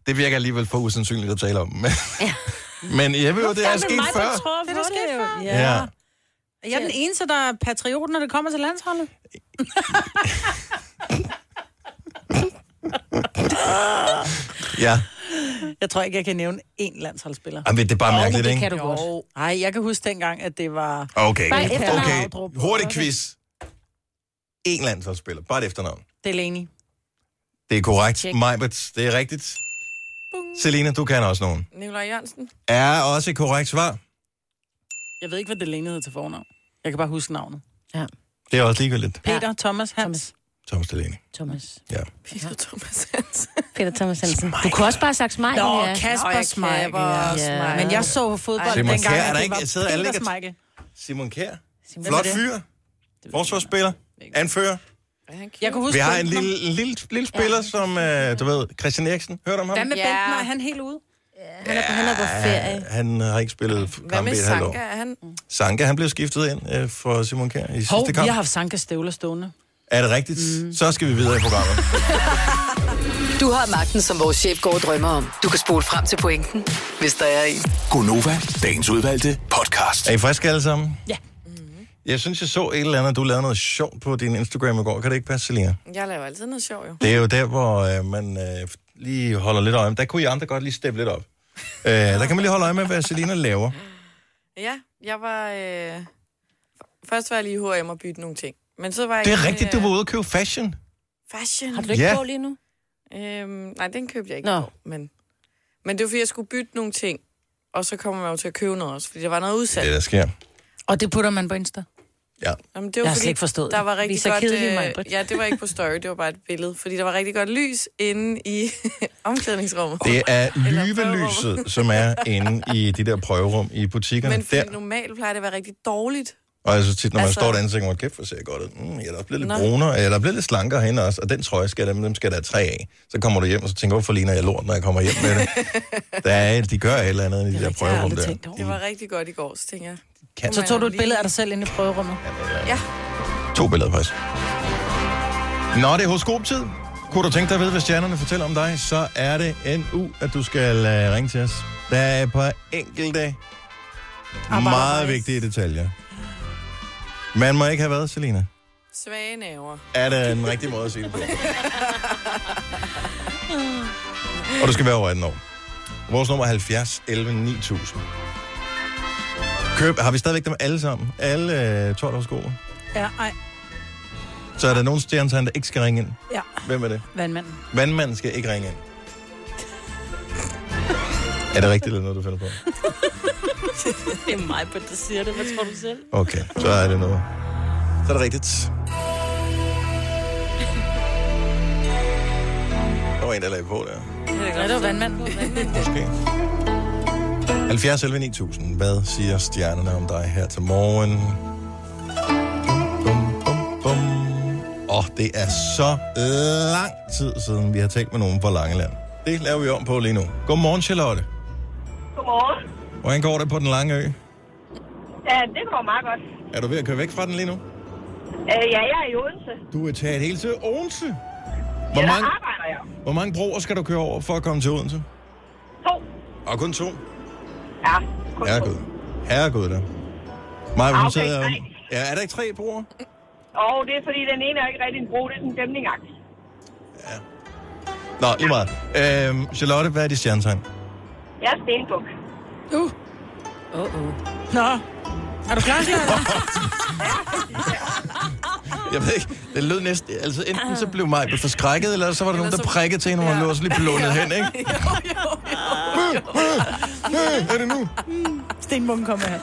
A: det virker alligevel for usandsynligt at tale om. Men, ja. men jeg ved jo, det er sket før.
I: Tror, det,
C: Det er der sket
I: det,
C: før.
I: jo.
A: Ja. ja.
C: Er Jeg er den eneste, der er patriot, når det kommer til landsholdet.
A: ja.
C: Jeg tror ikke, jeg kan nævne én landsholdsspiller.
A: Jamen, det er bare
I: Åh, men
A: mærkeligt,
I: det
A: ikke?
I: kan du godt.
C: Nej, jeg kan huske dengang, at det var...
A: Okay,
I: Bare
A: okay.
I: efternavn,
A: okay. Hurtig quiz. En landsholdsspiller, bare et efternavn.
C: Delaney.
A: Det er korrekt.
I: Check.
A: Majbert, det er rigtigt. Selina, du kan også nogen.
D: Nikolaj Jørgensen.
A: Er også et korrekt svar.
C: Jeg ved ikke, hvad Delaney hed til fornavn. Jeg kan bare huske navnet.
A: Det er også ligegyldigt.
C: Peter, ja. Thomas, Hans.
A: Thomas Delaney.
I: Thomas.
A: Ja.
D: Peter Thomas Hansen.
I: Peter Thomas Hansen. Du kunne også bare have sagt mig.
C: Nå,
I: ja.
C: Kasper
D: Nå, ja,
C: Smeichel.
D: Kasper
C: Ja.
D: Smeichel.
C: Men jeg så
D: Ej,
C: fodbold Ej,
A: Simon
C: dengang,
A: Kjær, er
C: at
A: der
C: det
A: ikke-
C: var
A: sidder alle
C: Peter
A: ikke-
C: Smeichel.
A: Simon Kær.
I: Simon-
A: Flot
C: det?
A: fyr. Forsvarsspiller. Anfører.
C: Jeg kan huske
A: Vi har en
C: Bentner.
A: lille, en lille, lille spiller, som, øh, du ved, Christian Eriksen. Hørte om ham?
C: Hvad med
D: Ja.
C: Bentner? Er han helt ude?
I: Han er, på, han er på ferie.
A: Han har ikke spillet
D: Hvad
A: kamp i
D: med
A: et halvt
D: Sanka?
A: år.
D: Er han...
C: Mm.
A: Sanka, han blev skiftet ind øh, for Simon Kjær i
C: Hov,
A: sidste
C: vi
A: kamp.
C: har haft Sanka støvler stående.
A: Er det rigtigt? Mm. Så skal vi videre i programmet.
H: Du har magten, som vores chef går og drømmer om. Du kan spole frem til pointen, hvis der er en.
G: Gonova, dagens udvalgte podcast.
A: er I friske alle sammen? Ja. Jeg synes, jeg så et eller andet, du lavede noget sjovt på din Instagram i går. Kan det ikke passe, Selina?
D: Jeg laver altid noget sjov, jo.
A: Det er jo der, hvor øh, man øh, lige holder lidt øje med. Der kunne I andre godt lige steppe lidt op. Øh, der kan man lige holde øje med, hvad Selina laver.
D: Ja, jeg var... Øh... f- Først var jeg lige i H&M og bytte nogle ting. Men så var jeg...
A: Det er
D: inde,
A: rigtigt, du var ude og købe fashion.
D: Fashion.
I: Har du ikke
A: Ja.
I: ja. på lige nu?
D: Øhm, nej, den købte jeg ikke.
I: Nå.
D: Nå. Men, men det var, fordi jeg skulle bytte nogle ting. Og så kommer man jo til at købe noget også, fordi der var noget udsat.
A: Det, der sker.
C: Og det putter man på Insta.
A: Ja.
D: Jamen, det var,
C: Jeg har
D: fordi
C: slet ikke forstået
D: Der
C: det.
D: var
C: Vi er
D: rigtig
C: så
D: godt,
C: kedelige,
D: øh,
C: Maj-Brit.
D: Ja, det var ikke på story, det var bare et billede. Fordi der var rigtig godt lys inde i omklædningsrummet.
A: Det er
D: Eller
A: lyvelyset, som er inde i de der prøverum i butikkerne.
D: Men fordi
A: der.
D: normalt plejer det at være rigtig dårligt.
A: Og jeg synes tit, når man altså...
D: Altså-
A: står derinde, så tænker man, kæft, hvor ser jeg godt ud. Mm, jeg er da også blevet lidt
D: Nå.
A: brunere, jeg er da blevet lidt slankere herinde også, og den trøje skal jeg, da- dem skal der tre af. Så kommer du hjem, og så tænker, hvorfor ligner jeg lort, når jeg kommer hjem med det? der er, de gør et eller andet i de der
C: rigtigt, jeg har
A: prøverum
C: aldrig
A: der.
C: tænkt over.
D: Det var rigtig godt i går, så tænker jeg.
A: Kan.
C: Så
D: Man
C: tog du
D: jo
C: et
D: lige-
C: billede af dig selv inde i prøverummet.
D: Ja.
A: To billeder, faktisk. Nå, det er horoskoptid. Kunne du tænke dig at vide, hvad stjernerne fortæller om dig, så er det en u, at du skal uh, ringe til os. Der er et par enkelte meget vigtige detaljer. Man må ikke have været, Selina.
D: Svage naver.
A: er det en rigtig måde at sige det på. Og du skal være over 18 år. Vores nummer er 70 11 9000. Køb, har vi stadigvæk dem alle sammen? Alle øh, 12 års skoler?
C: Ja, ej.
A: Så er der nogen stjernetegn, der ikke skal ringe ind.
C: Ja,
A: Hvem er det?
C: vandmanden.
A: Vandmanden skal ikke ringe ind. Er det rigtigt, eller noget, du finder på?
B: Det er mig, der siger det. Hvad tror du selv?
A: Okay, så er det noget. Så er det rigtigt. Der var en, der lagde på der.
C: Ja, det var vandmanden.
A: Måske. 70 11 9000. Hvad siger stjernerne om dig her til morgen? Bum, bum, bum, bum. Åh, det er så lang tid siden, vi har talt med nogen fra Langeland. Det laver vi om på lige nu. Godmorgen, Charlotte.
J: Godmorgen.
A: Hvordan går det på den lange ø?
J: Ja, det går meget godt.
A: Er du ved at køre væk fra den lige nu?
J: Øh, ja, jeg er i Odense.
A: Du er taget helt til Odense.
J: Ja,
A: Hvor
J: der
A: mange,
J: arbejder jeg.
A: hvor mange broer skal du køre over for at komme til Odense?
J: To.
A: Og kun to?
J: Ja,
A: kun Herregud. Herregud da. Maja,
J: Ah,
A: hun
J: okay,
A: sidder...
J: tre.
A: Ja, er der ikke tre broer?
J: Og det er fordi, den ene er ikke rigtig en bro, det er sådan en dæmningaks.
A: Nå, lige meget. Øhm, Charlotte, hvad er dit stjernetegn?
J: Jeg er stenbuk.
C: Uh.
B: Uh -uh.
C: Nå. Er du klar,
A: Jeg ved ikke, det lød næsten... Altså, enten så blev Maja forskrækket, eller så var der nogen, der prikkede til hende, og hun lå også lige blundet hen, ikke? er det nu?
C: Stenbukken kommer her.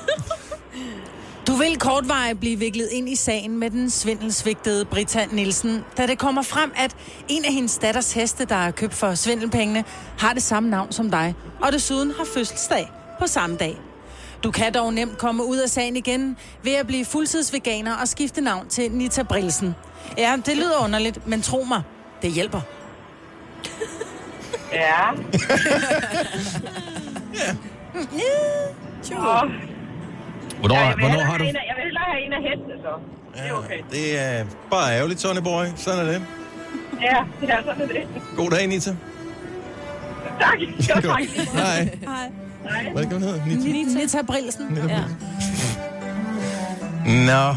C: Du vil kortvarigt blive viklet ind i sagen med den svindelsvigtede Britta Nielsen, da det kommer frem, at en af hendes datters heste, der er købt for svindelpengene, har det samme navn som dig, og desuden har fødselsdag på samme dag. Du kan dog nemt komme ud af sagen igen ved at blive fuldtidsveganer og skifte navn til Nita Brilsen. Ja, det lyder underligt, men tro mig, det hjælper.
J: Ja.
F: Sure.
A: Hvornår,
J: Ja,
A: ja,
J: jeg, vil
A: hvornår
J: hellere
A: har du...
J: have en af- jeg vil hellere have en af hestene, så. Det er okay.
A: Det er bare ærgerligt, Sonny Boy. Sådan er det.
J: Ja, ja, sådan er det.
A: God dag, Nita.
J: Tak.
A: Jo, tak. Hej.
C: Hej.
A: Hvad kan hun hedde? Nita?
C: Nita, Nita Brilsen. Ja.
A: Nå.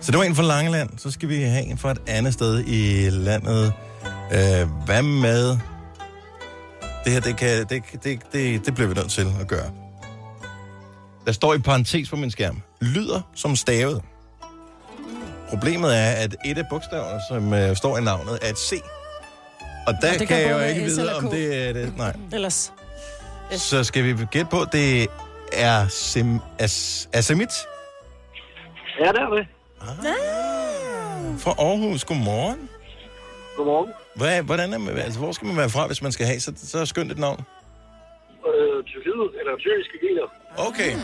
A: Så det var en fra Langeland. Så skal vi have en fra et andet sted i landet. Øh, hvad med... Det her, det, kan, det, det, det, det bliver vi nødt til at gøre. Der står i parentes på min skærm. Lyder som stavet. Problemet er, at et af bogstaverne, som øh, står i navnet, er et C. Og der
C: Og
A: og
C: det
A: kan,
C: kan
A: jeg jo
C: både være
A: ikke
C: S
A: vide,
C: eller
A: om
C: K.
A: det er det. Nej.
C: Ellers.
A: Så skal vi gætte på, det er sim, as, asemit
K: Ja, det er det.
A: fra Aarhus. Godmorgen.
K: Godmorgen.
A: Hvad, hvordan er man, altså, hvor skal man være fra, hvis man skal have så, så skønt et navn?
K: Øh, Tyrkiet, eller tyrkiske biler.
A: Okay.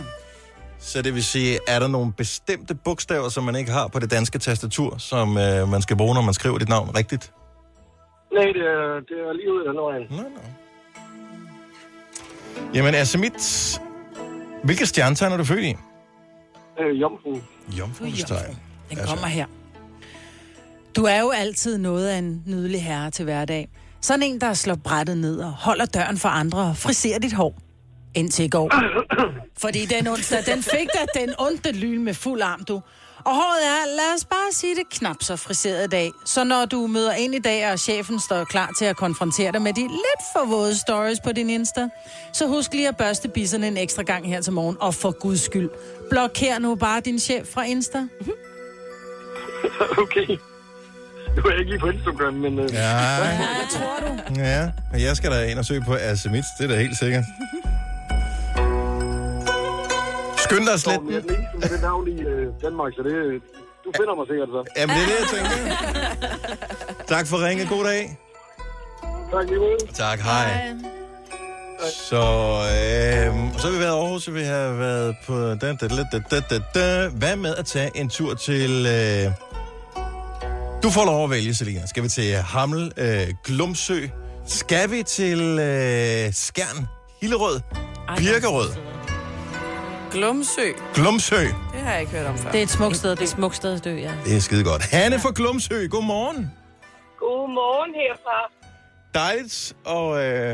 A: Så det vil sige, er der nogle bestemte bogstaver, som man ikke har på det danske tastatur, som øh, man skal bruge, når man skriver dit navn rigtigt?
K: Nej, det er, det er lige ud af den vejen.
A: Nej, nej. Jamen, asemit... Hvilke stjernetegn er du født i?
K: Øh, Jomfru.
A: Jomfruestegn. Altså,
C: Den kommer her. Du er jo altid noget af en nydelig herre til hverdag. Sådan en, der slår brættet ned og holder døren for andre og friserer dit hår. Indtil i går. Fordi den onsdag, den fik dig den onde lyn med fuld arm, du. Og håret er, lad os bare sige det, knap så friseret i dag. Så når du møder ind i dag, og chefen står klar til at konfrontere dig med de lidt for våde stories på din Insta, så husk lige at børste bisserne en ekstra gang her til morgen. Og for guds skyld, blokér nu bare din chef fra Insta.
K: okay. Nu er jeg ikke lige på Instagram, men... Øh,
A: Ja.
K: Hvad tror du?
A: Ja, og jeg skal da ind og søge på asemit, det er da helt sikkert. Skynd dig at slette
K: Jeg er den eneste med det navn i øh, Danmark, så det... øh, Du finder mig sikkert så.
A: Jamen, det er det, jeg tænker. Tak for ringet. God dag.
K: Tak lige måde.
A: Tak, hej. Så, øh, og så har vi været i Aarhus, og vi har været på... Da, da, da, da, da, da, da. Hvad med at tage en tur til... Øh... Du får lov at vælge, Selina. Skal vi til Hammel, øh, Glumsø? Skal vi til øh, Skjern, Hillerød, Birkerød,
D: Glumsø.
A: Glumsø?
D: Det har jeg ikke hørt om før.
I: Det er et smukt sted, det er et smukt sted at dø, ja.
A: Det er skide godt. Hanne fra Glumsø, godmorgen.
J: Godmorgen herfra.
A: Dejligt og øh,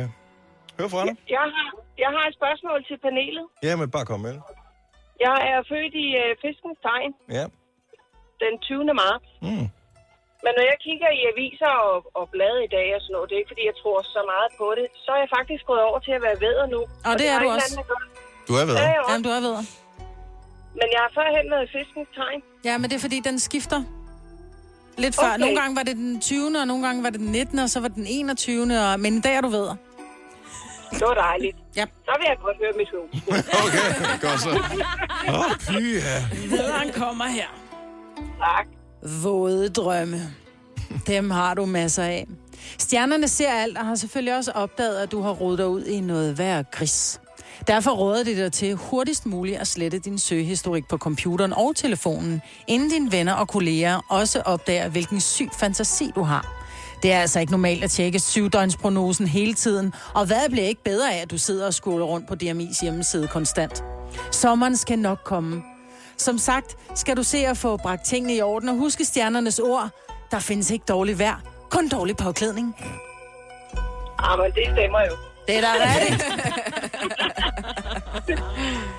A: hør fra dig.
J: Jeg har, jeg har et spørgsmål til panelet.
A: Ja, men bare kom med. det.
J: Jeg er født i øh, Fiskens Tegn
A: Ja.
J: den 20. marts.
A: Mm.
J: Men når jeg kigger i aviser og, og blade i dag og sådan noget, det er ikke fordi, jeg tror så meget på det, så er jeg faktisk gået over til at være vædder nu.
C: Og det er
J: har
C: du
J: en
C: også.
J: anden, der gør.
A: Du er ved.
J: Ja, ja.
C: Jamen, du er ved.
J: Men jeg har førhen været i Fiskens Tegn.
C: Ja, men det er fordi, den skifter lidt før.
J: Okay.
C: Okay. Nogle gange var det den 20. og nogle gange var det den 19. og så var det den 21. Og, men i dag er du ved.
J: Det var dejligt.
C: Ja.
J: Så vil jeg godt høre mit hus.
A: Godt så. Åh, oh, pyha.
C: Vederen kommer her.
J: Tak.
C: Våde drømme. Dem har du masser af. Stjernerne ser alt og har selvfølgelig også opdaget, at du har rodet dig ud i noget værre gris. Derfor råder det dig til hurtigst muligt at slette din søgehistorik på computeren og telefonen, inden dine venner og kolleger også opdager, hvilken syg fantasi du har. Det er altså ikke normalt at tjekke syvdøgnsprognosen hele tiden, og hvad bliver ikke bedre af, at du sidder og scroller rundt på DMI's hjemmeside konstant? Sommeren skal nok komme. Som sagt, skal du se at få bragt tingene i orden, og huske stjernernes ord. Der findes ikke dårlig vejr, kun dårlig påklædning.
J: Ah, men det stemmer jo.
C: Det er da rigtigt.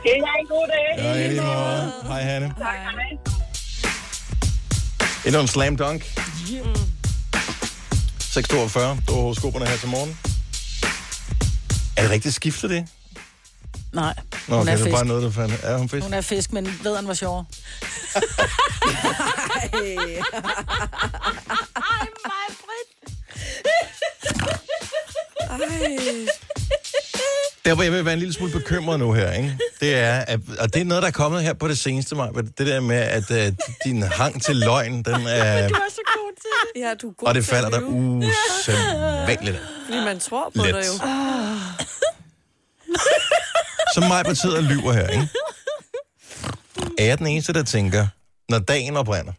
J: Kan I have en god dag?
A: Ja, i lige måde. Hej, Hanne.
J: Tak, hej.
A: Endnu en slam dunk. 6.42. Du har horoskoperne her til morgen. Er det rigtigt skifter det?
C: Nej,
A: Nå,
C: hun
A: okay,
C: er
A: det er
C: fisk.
A: bare noget, der fandt. Er hun fisk?
C: Hun er fisk, men vederen var sjovere.
F: Ej, mig, Britt. Ej.
A: Der, hvor jeg vil være en lille smule bekymret nu her, ikke? det er, at, og det er noget, der er kommet her på det seneste, Maja, det der med, at uh, din hang til løgn, den er...
D: er så god til det. Ja, du er god
A: Og det
D: til at
A: falder dig
D: lyve.
A: usædvanligt.
D: Fordi man tror på
A: Let.
D: det jo.
A: Så mig betyder og lyver her, ikke? Er jeg den eneste, der tænker, når dagen oprænder,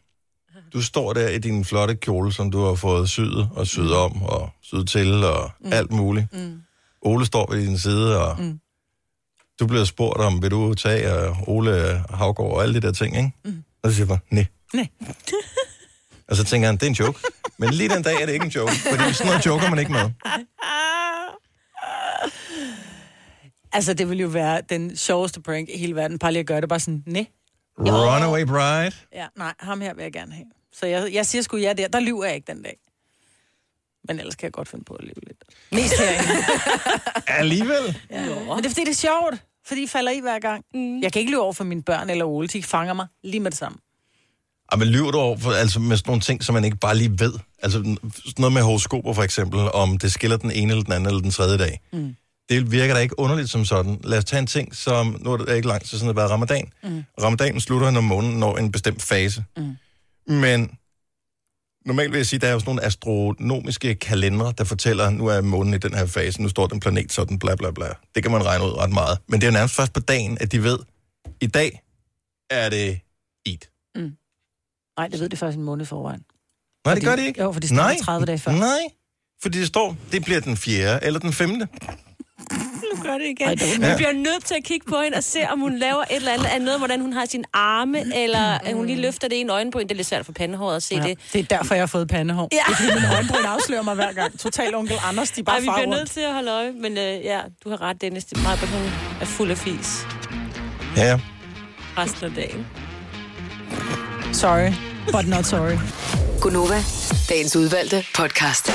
A: du står der i din flotte kjole, som du har fået syet og syet om og syet til og mm. alt muligt. Mm. Ole står ved din side, og mm. du bliver spurgt om, vil du tage og Ole Havgård og alle de der ting, ikke? Mm. Og så siger jeg bare, nej.
C: Nej.
A: Og så tænker han, det er en joke. Men lige den dag er det ikke en joke, fordi sådan noget joker man ikke med.
C: Altså, det ville jo være den sjoveste prank i hele verden. Bare lige at gøre det bare sådan, nej.
A: Runaway bride.
C: Ja, nej, ham her vil jeg gerne have. Så jeg, jeg siger sgu ja der. Der lyver jeg ikke den dag. Men ellers kan jeg godt finde på at lyve lidt. Mest herinde.
A: Alligevel.
C: Ja. Men det er fordi, det er sjovt. Fordi I falder i hver gang. Mm. Jeg kan ikke lyve over for mine børn eller Ole. De fanger mig lige med det samme.
A: Og Ah, men lyver du over for, altså med sådan nogle ting, som man ikke bare lige ved? Altså n- sådan noget med horoskoper for eksempel, om det skiller den ene eller den anden eller den tredje dag.
F: Mm.
A: Det virker da ikke underligt som sådan. Lad os tage en ting, som nu er det ikke langt, så sådan det har været ramadan.
F: Mm.
A: Ramadanen slutter, når månen når en bestemt fase.
F: Mm.
A: Men normalt vil jeg sige, der er jo sådan nogle astronomiske kalendere, der fortæller, nu er månen i den her fase, nu står den planet sådan, bla bla bla. Det kan man regne ud ret meget. Men det er jo nærmest først på dagen, at de ved, i dag er det
C: Nej, det ved det først en måned forvejen.
A: Nej, det
C: Fordi-
A: gør det ikke.
C: Jo, for det står
A: Nej.
C: 30 dage før.
A: Nej, fordi det står, det bliver den fjerde eller den femte.
B: Nu gør det igen.
A: Ej, det var-
B: Vi bliver nødt til at kigge på hende og se, om hun laver et eller andet af noget, hvordan hun har sin arme, eller at hun lige løfter det ene øjenbryn. Det er lidt svært for pandehåret at se ja. det.
C: Det er derfor, jeg har fået pandehår. Ja. Det er fordi, min øjenbryn afslører mig hver gang. Total onkel Anders, de er bare
B: Ej, vi
C: far
B: bliver
C: rundt.
B: nødt til at holde øje, men øh, ja, du har ret, Dennis. Det er meget, hun er fuld af fis
A: Ja, ja.
B: resten af dagen.
C: Sorry, but not sorry.
H: Gunova, dagens udvalgte podcast.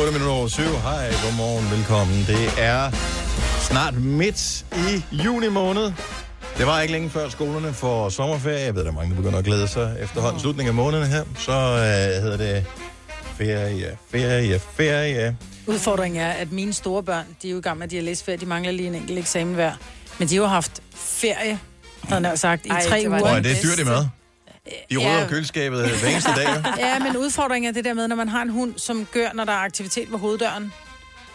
A: Otte minutter over syv. Hej, godmorgen, velkommen. Det er snart midt i juni måned. Det var ikke længe før skolerne får sommerferie. Jeg ved, der er mange, der begynder at glæde sig efterhånden. Slutningen af måneden her, så øh, hedder det ferie, ferie, ferie.
C: Udfordringen er, at mine store børn, de er jo i gang med, at de har læst ferie. De mangler lige en enkelt eksamen hver. Men de har jo haft ferie, havde jeg nær sagt, i
A: Ej,
C: tre
A: det var
C: uger.
A: det Åh, det er dyrt i mad. De rydder ja. køleskabet hver eneste dag. jo.
C: ja, men udfordringen er det der med, når man har en hund, som gør, når der er aktivitet ved hoveddøren,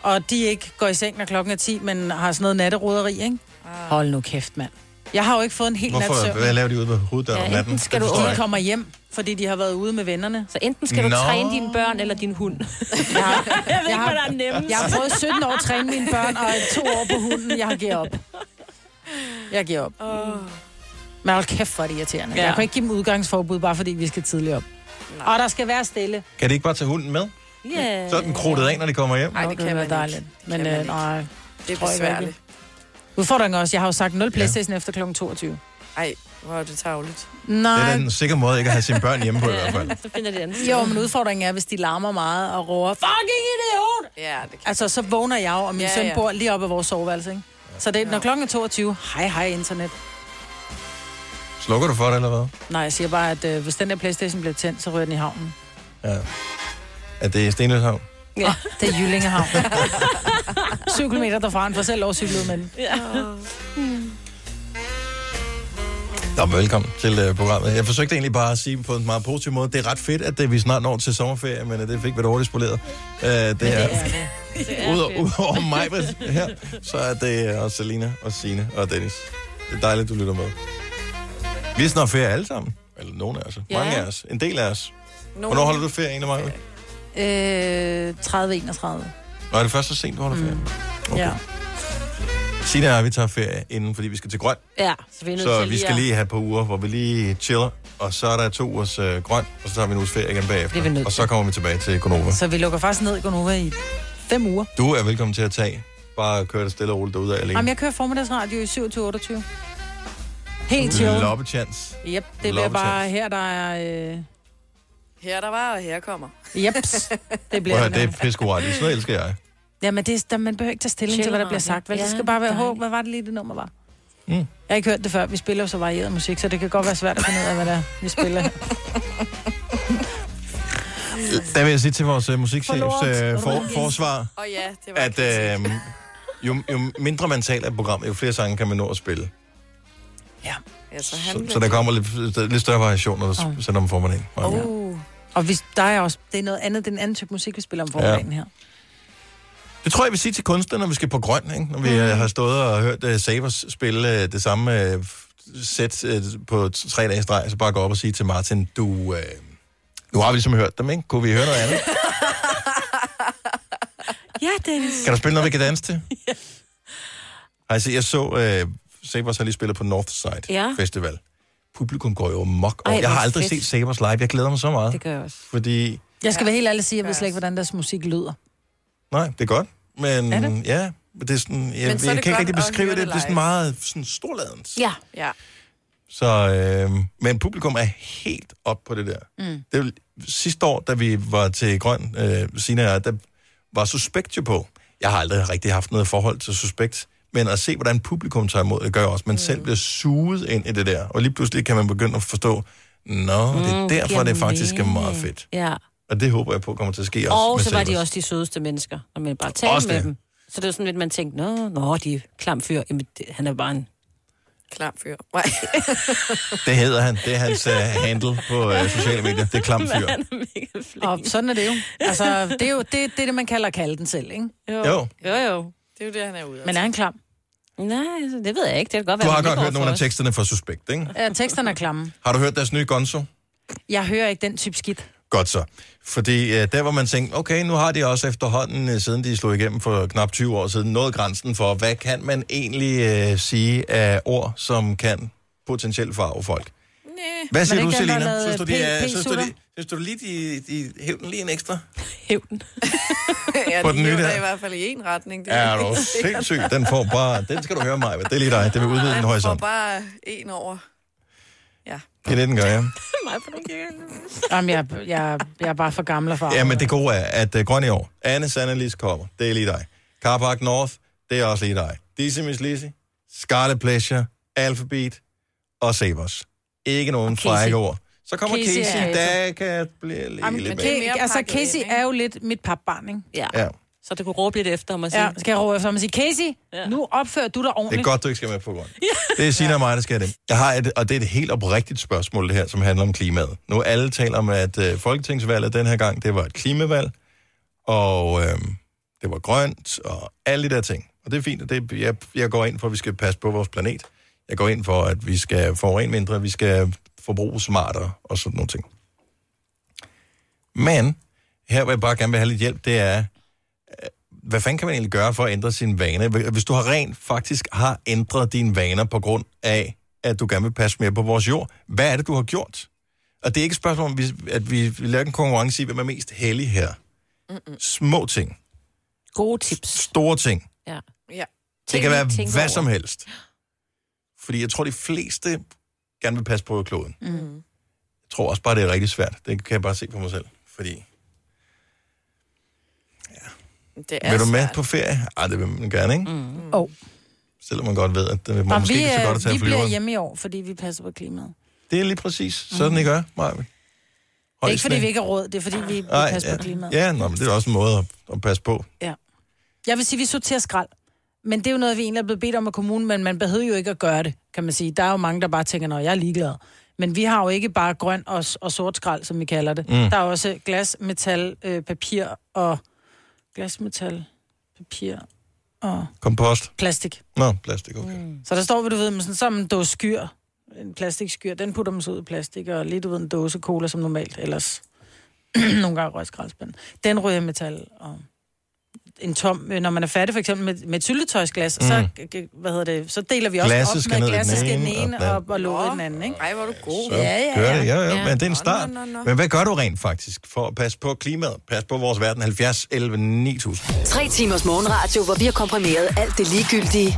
C: og de ikke går i seng, når klokken er 10, men har sådan noget natteroderi, ikke?
I: Hold nu kæft, mand.
C: Jeg har jo ikke fået en helt nat
A: Hvorfor? Hvad laver de ude på hoveddøren om natten? Det forstår jeg
C: De
A: ikke.
C: kommer hjem, fordi de har været ude med vennerne.
B: Så enten skal du
A: Nå.
B: træne dine børn eller din hund.
C: Jeg
B: ved ikke, hvad der er nemmest.
C: Jeg har prøvet 17 år at træne mine børn, og to år på hunden. Jeg har givet op. Jeg giver op. Oh. Men hold kæft, hvor er det irriterende.
B: Ja.
C: Ja. Jeg kan ikke give dem udgangsforbud, bare fordi vi skal tidligt op. Nej. Og der skal være stille.
A: Kan de ikke bare tage hunden med?
C: Yeah.
A: Så er den krudtet af, når de kommer hjem.
C: Nej, det kan være dejligt. Men øh, nej,
D: Det er
C: tror jeg ikke.
D: besværligt.
C: Udfordringen er også, jeg har jo sagt 0 Playstation ja. efter kl. 22.
D: Ej, hvor er det tavligt.
C: Nej.
A: Det er den sikre måde ikke at have sine børn hjemme på i hvert fald.
B: Så finder det andet.
C: Jo, men udfordringen er, hvis de larmer meget og råber, fucking idiot!
D: Ja, det kan.
C: Altså, så vågner jeg jo, og min
D: Ja,
C: ja, søn
D: ja.
C: bor lige oppe af vores soveværelse, ikke? Så det, når klokken er 22, hej hej internet.
A: Slukker du for det, eller hvad?
C: Nej, jeg siger bare, at øh, hvis den der Playstation bliver tændt, så ryger den i havnen.
A: Ja. Er det Stenløshavn?
C: Ja. Oh, det er Jyllingehavn. 7 km derfra, han får selv lov at cykle ud med den. Ja.
A: Nå, men velkommen til uh, programmet. Jeg forsøgte egentlig bare at sige på en meget positiv måde, det er ret fedt, at uh, vi snart når til sommerferie, men uh, det fik vi da hurtigt spoleret. Uh, det er, udover ud over mig her, så er det uh, også Selina og Sine og Dennis. Det er dejligt, du lytter med. Vi er snart ferie alle sammen. Eller nogen af os.
C: Ja.
A: Mange af os. En del af os. Hvornår holder du ferie, Ine Maja?
C: Øh, 30-31.
A: Nå, er det først så sent, du holder ferie?
C: Okay. Ja.
A: Signe og jeg, vi tager ferie inden, fordi vi skal til grøn.
B: Ja, så vi er nødt
A: Så
B: til
A: vi skal
B: at-
A: lige have et par uger, hvor vi lige chiller, og så er der to ugers øh, grøn, og så tager vi en uges ferie igen bagefter.
C: Det er vi nødt
A: og så kommer vi tilbage til Konova.
C: Så vi lukker faktisk ned i Gonova i fem uger.
A: Du er velkommen til at tage. Bare kør det stille og roligt derude af alene.
C: Jamen, jeg kører formiddagsradio i 7-28. Helt chill.
A: Love chance.
C: Yep, det bliver
A: Love
C: bare her, der er... Øh...
D: Her der var, og her kommer.
C: Jeps, det
A: Prøv
C: bliver øh.
A: at
C: det.
A: høre, det er piskorartigt. Så elsker jeg.
C: Jamen, det er, der, man behøver ikke tage stilling til, hvad der bliver sagt. Vel? Ja, det skal bare være, hov, hvad var det lige, det nummer var?
A: Mm.
C: Jeg har ikke hørt det før. Vi spiller jo så varieret musik, så det kan godt være svært at finde ud af, hvad det er, vi spiller.
A: Der vil jeg sige til vores uh, musikchefs
C: Forlort.
A: uh, for,
C: Forlort.
A: forsvar,
D: Og ja, det var
A: at uh, jo, jo mindre man taler af programmet, jo flere sange kan man nå at spille.
D: altså,
A: Så, så der kommer lidt, lidt større variation, når du
C: Åh.
A: oh. sender dem formiddagen. Oh.
C: Uh. Og hvis, der er også, det er noget andet, det er en anden type musik, vi spiller om formiddagen her.
A: Det tror jeg, vi siger til kunstnere, når vi skal på grøn, ikke? Når vi mm. har stået og hørt uh, Savers spille uh, det samme uh, sæt uh, på t- tre dage i streg, så bare gå op og sige til Martin, du... Uh, nu har vi ligesom hørt dem, ikke? Kunne vi høre noget andet?
B: Ja, Dennis.
A: Kan du spille noget, vi kan danse til? ja. Altså, jeg så... Øh, Sabers har lige spillet på Northside
B: Ja.
A: ja. Festival. Publikum går jo mok
C: Ej,
A: over. Jeg har
C: hvor
A: aldrig
C: fedt.
A: set Sabers live. Jeg glæder mig så meget. Det
B: gør jeg også.
A: Fordi...
C: Jeg skal være helt ærlig og sige, at jeg ved slet ikke, hvordan deres musik lyder.
A: Nej, det er godt. Men
C: Er
A: er
C: det?
A: det? ja, men det er sådan, jeg,
C: Men så er
A: jeg
C: det
A: kan ikke
C: godt
A: rigtig
C: at
A: beskrive
C: høre
A: det. Det,
C: det
A: det er sådan
C: live.
A: meget sådan storladens.
B: Ja.
D: ja.
A: Så, øh, men publikum er helt op på det der.
F: Mm.
A: Det var, sidste år, da vi var til Grøn, øh, Sina og jeg, der var Suspekt jo på. Jeg har aldrig rigtig haft noget forhold til Suspekt, men at se, hvordan publikum tager imod det, gør også, man mm. selv bliver suget ind i det der. Og lige pludselig kan man begynde at forstå, nå, det er
B: Mm,
A: derfor,
B: giver
A: det faktisk er meget
B: mening.
A: fedt.
B: Ja.
A: Og det håber jeg på kommer til at ske også
B: Og
A: med
B: så var de
A: Sabers.
B: også de sødeste mennesker, når man bare talte
A: Også
B: med
A: det.
B: dem. Så det var sådan lidt, man tænkte, nå, nå de er klam fyr. Jamen, det, han er bare en...
D: Klam fyr. Nej.
A: Det hedder han. Det er hans uh, handle på uh, sociale medier. Det er klam fyr.
C: Og sådan er det jo. Altså, det er jo det, det, er det man kalder at kalde den selv, ikke?
A: Jo.
B: Jo, jo.
D: Det er jo det, han er ude af.
C: Men er han klam?
B: Nej, altså, det ved jeg ikke. Det kan godt
A: Du
B: være,
A: har
B: man ikke
A: godt hørt
B: går
A: nogle
B: for
A: af teksterne fra Suspekt, ikke?
C: Ja, teksterne er klamme.
A: Har du hørt deres nye Gonzo?
C: Jeg hører ikke den type skidt.
A: Godt så. Fordi øh, der, hvor man tænkte, okay, nu har de også efterhånden, øh, siden de slog igennem for knap 20 år siden, nået grænsen for, hvad kan man egentlig øh, sige af ord, som kan potentielt farve folk?
D: Næh.
A: Hvad siger
F: Men
A: du,
F: ikke dem, der
A: Selina?
F: lavede
A: Synes du, de
F: p-
A: er, synes du,
F: p-sutter?
A: de, synes du lige, de, de hæv den lige en ekstra?
D: ja,
A: På
D: det
A: den nye
D: gjorde
A: der.
D: der i hvert fald i en retning. Det
A: Er du sindssyg? Den får bare... Den skal du høre mig, det er lige dig. Det vil udvide din
D: Den får
A: horisont.
D: bare en over.
A: Det er det, den gør, ja.
D: Mig for den
C: Jamen, jeg, jeg, jeg er bare for gammel og for
A: Ja, men det gode er, at uh, Grøn i år, Anne Sandalis kommer, det er lige dig. Carpark North, det er også lige dig. Dizzy Miss Lizzy, Scarlet Pleasure, Alphabet og Sabers. Ikke nogen
C: Casey.
A: frække ord. Så kommer
C: Casey
A: Casey,
C: er
A: Casey
C: altså-
A: der kan blive lige
C: Jamen,
A: lidt
C: det,
A: bag.
C: altså, Casey er jo lidt mit papbarn, ikke?
A: Ja.
B: Så det kunne råbe lidt efter mig og sige.
C: Ja, skal jeg råbe efter ham og sige, Casey, ja. nu opfører du dig
A: Det
C: ordentligt.
A: er godt, du ikke skal med på grund. Det er Sina og mig, der skal have det. Jeg har et, og det er et helt oprigtigt spørgsmål, det her, som handler om klimaet. Nu alle taler om, at øh, folketingsvalget den her gang, det var et klimavalg, og øh, det var grønt, og alle de der ting. Og det er fint, og det, jeg, jeg går ind for, at vi skal passe på vores planet. Jeg går ind for, at vi skal forurene mindre, vi skal forbruge smartere og sådan nogle ting. Men her vil jeg bare gerne vil have lidt hjælp, det er, hvad fanden kan man egentlig gøre for at ændre sine vaner? Hvis du har rent faktisk har ændret dine vaner på grund af, at du gerne vil passe mere på vores jord, hvad er det, du har gjort? Og det er ikke et spørgsmål om, at vi, at vi laver en konkurrence i, hvem er mest heldig her. Mm-mm. Små ting.
B: Gode tips.
A: Store ting.
B: Ja.
D: ja.
A: Det kan være hvad som helst. Fordi jeg tror, de fleste gerne vil passe på kloden.
D: Mm.
A: Jeg tror også bare, det er rigtig svært. Det kan jeg bare se på mig selv. Fordi,
D: Det er
A: vil du med
D: svært.
A: på ferie? Ej, det vil man gerne, ikke?
C: Mm. Oh.
A: Selvom man godt ved, at det
C: Nå,
A: er måske
C: vi,
A: ikke så
C: øh,
A: godt at tage
C: vi bliver
A: flyveren.
C: hjemme i år, fordi vi passer på klimaet.
A: Det er lige præcis sådan, I gør, Maja. Det
C: Det Mhm. er ikke, fordi vi ikke har råd, det er, fordi vi, vi passer
A: ja,
C: på klimaet.
A: Ja, nå, men det er også en måde at, at passe på.
C: Ja. Jeg vil sige, vi sorterer skrald. Men det er jo noget, vi egentlig er blevet bedt om af kommunen, men man behøver jo ikke at gøre det, kan man sige. Der er jo mange, der bare tænker, når jeg er ligeglad. Men vi har jo ikke bare grøn og, og sort skrald, som vi kalder det. Mm.
F: Mm.
C: Der er også glas, metal, øh, papir og... Glas, metal, papir og
A: Kompost.
C: plastik.
A: Nå, plastik, okay. Mm.
C: Så der står, hvad du ved, med sådan, så er en dåse skyr, en plastikskyr, den putter man så ud i plastik, og lige, du ved, en dåse cola som normalt, ellers nogle gange røgskraldspanden. Den ryger i metal, og en tom, øh, når man er færdig for eksempel med, med et syltetøjsglas, mm. så, g- g- hvad hedder det, så deler vi også
A: Glasset
C: op
A: skal
C: med
A: ned i den
C: glasset skal den
A: ene,
C: ene,
A: og
C: og, og låget i den anden, ikke?
D: Ej, hvor er du
A: Så
D: god.
A: kører det. Ja, ja, ja. Men det er en start. Men hvad gør du rent faktisk for at passe på klimaet? Pas på vores verden. 70, 11, 9000.
H: Tre timers morgenradio, hvor vi har komprimeret alt det ligegyldige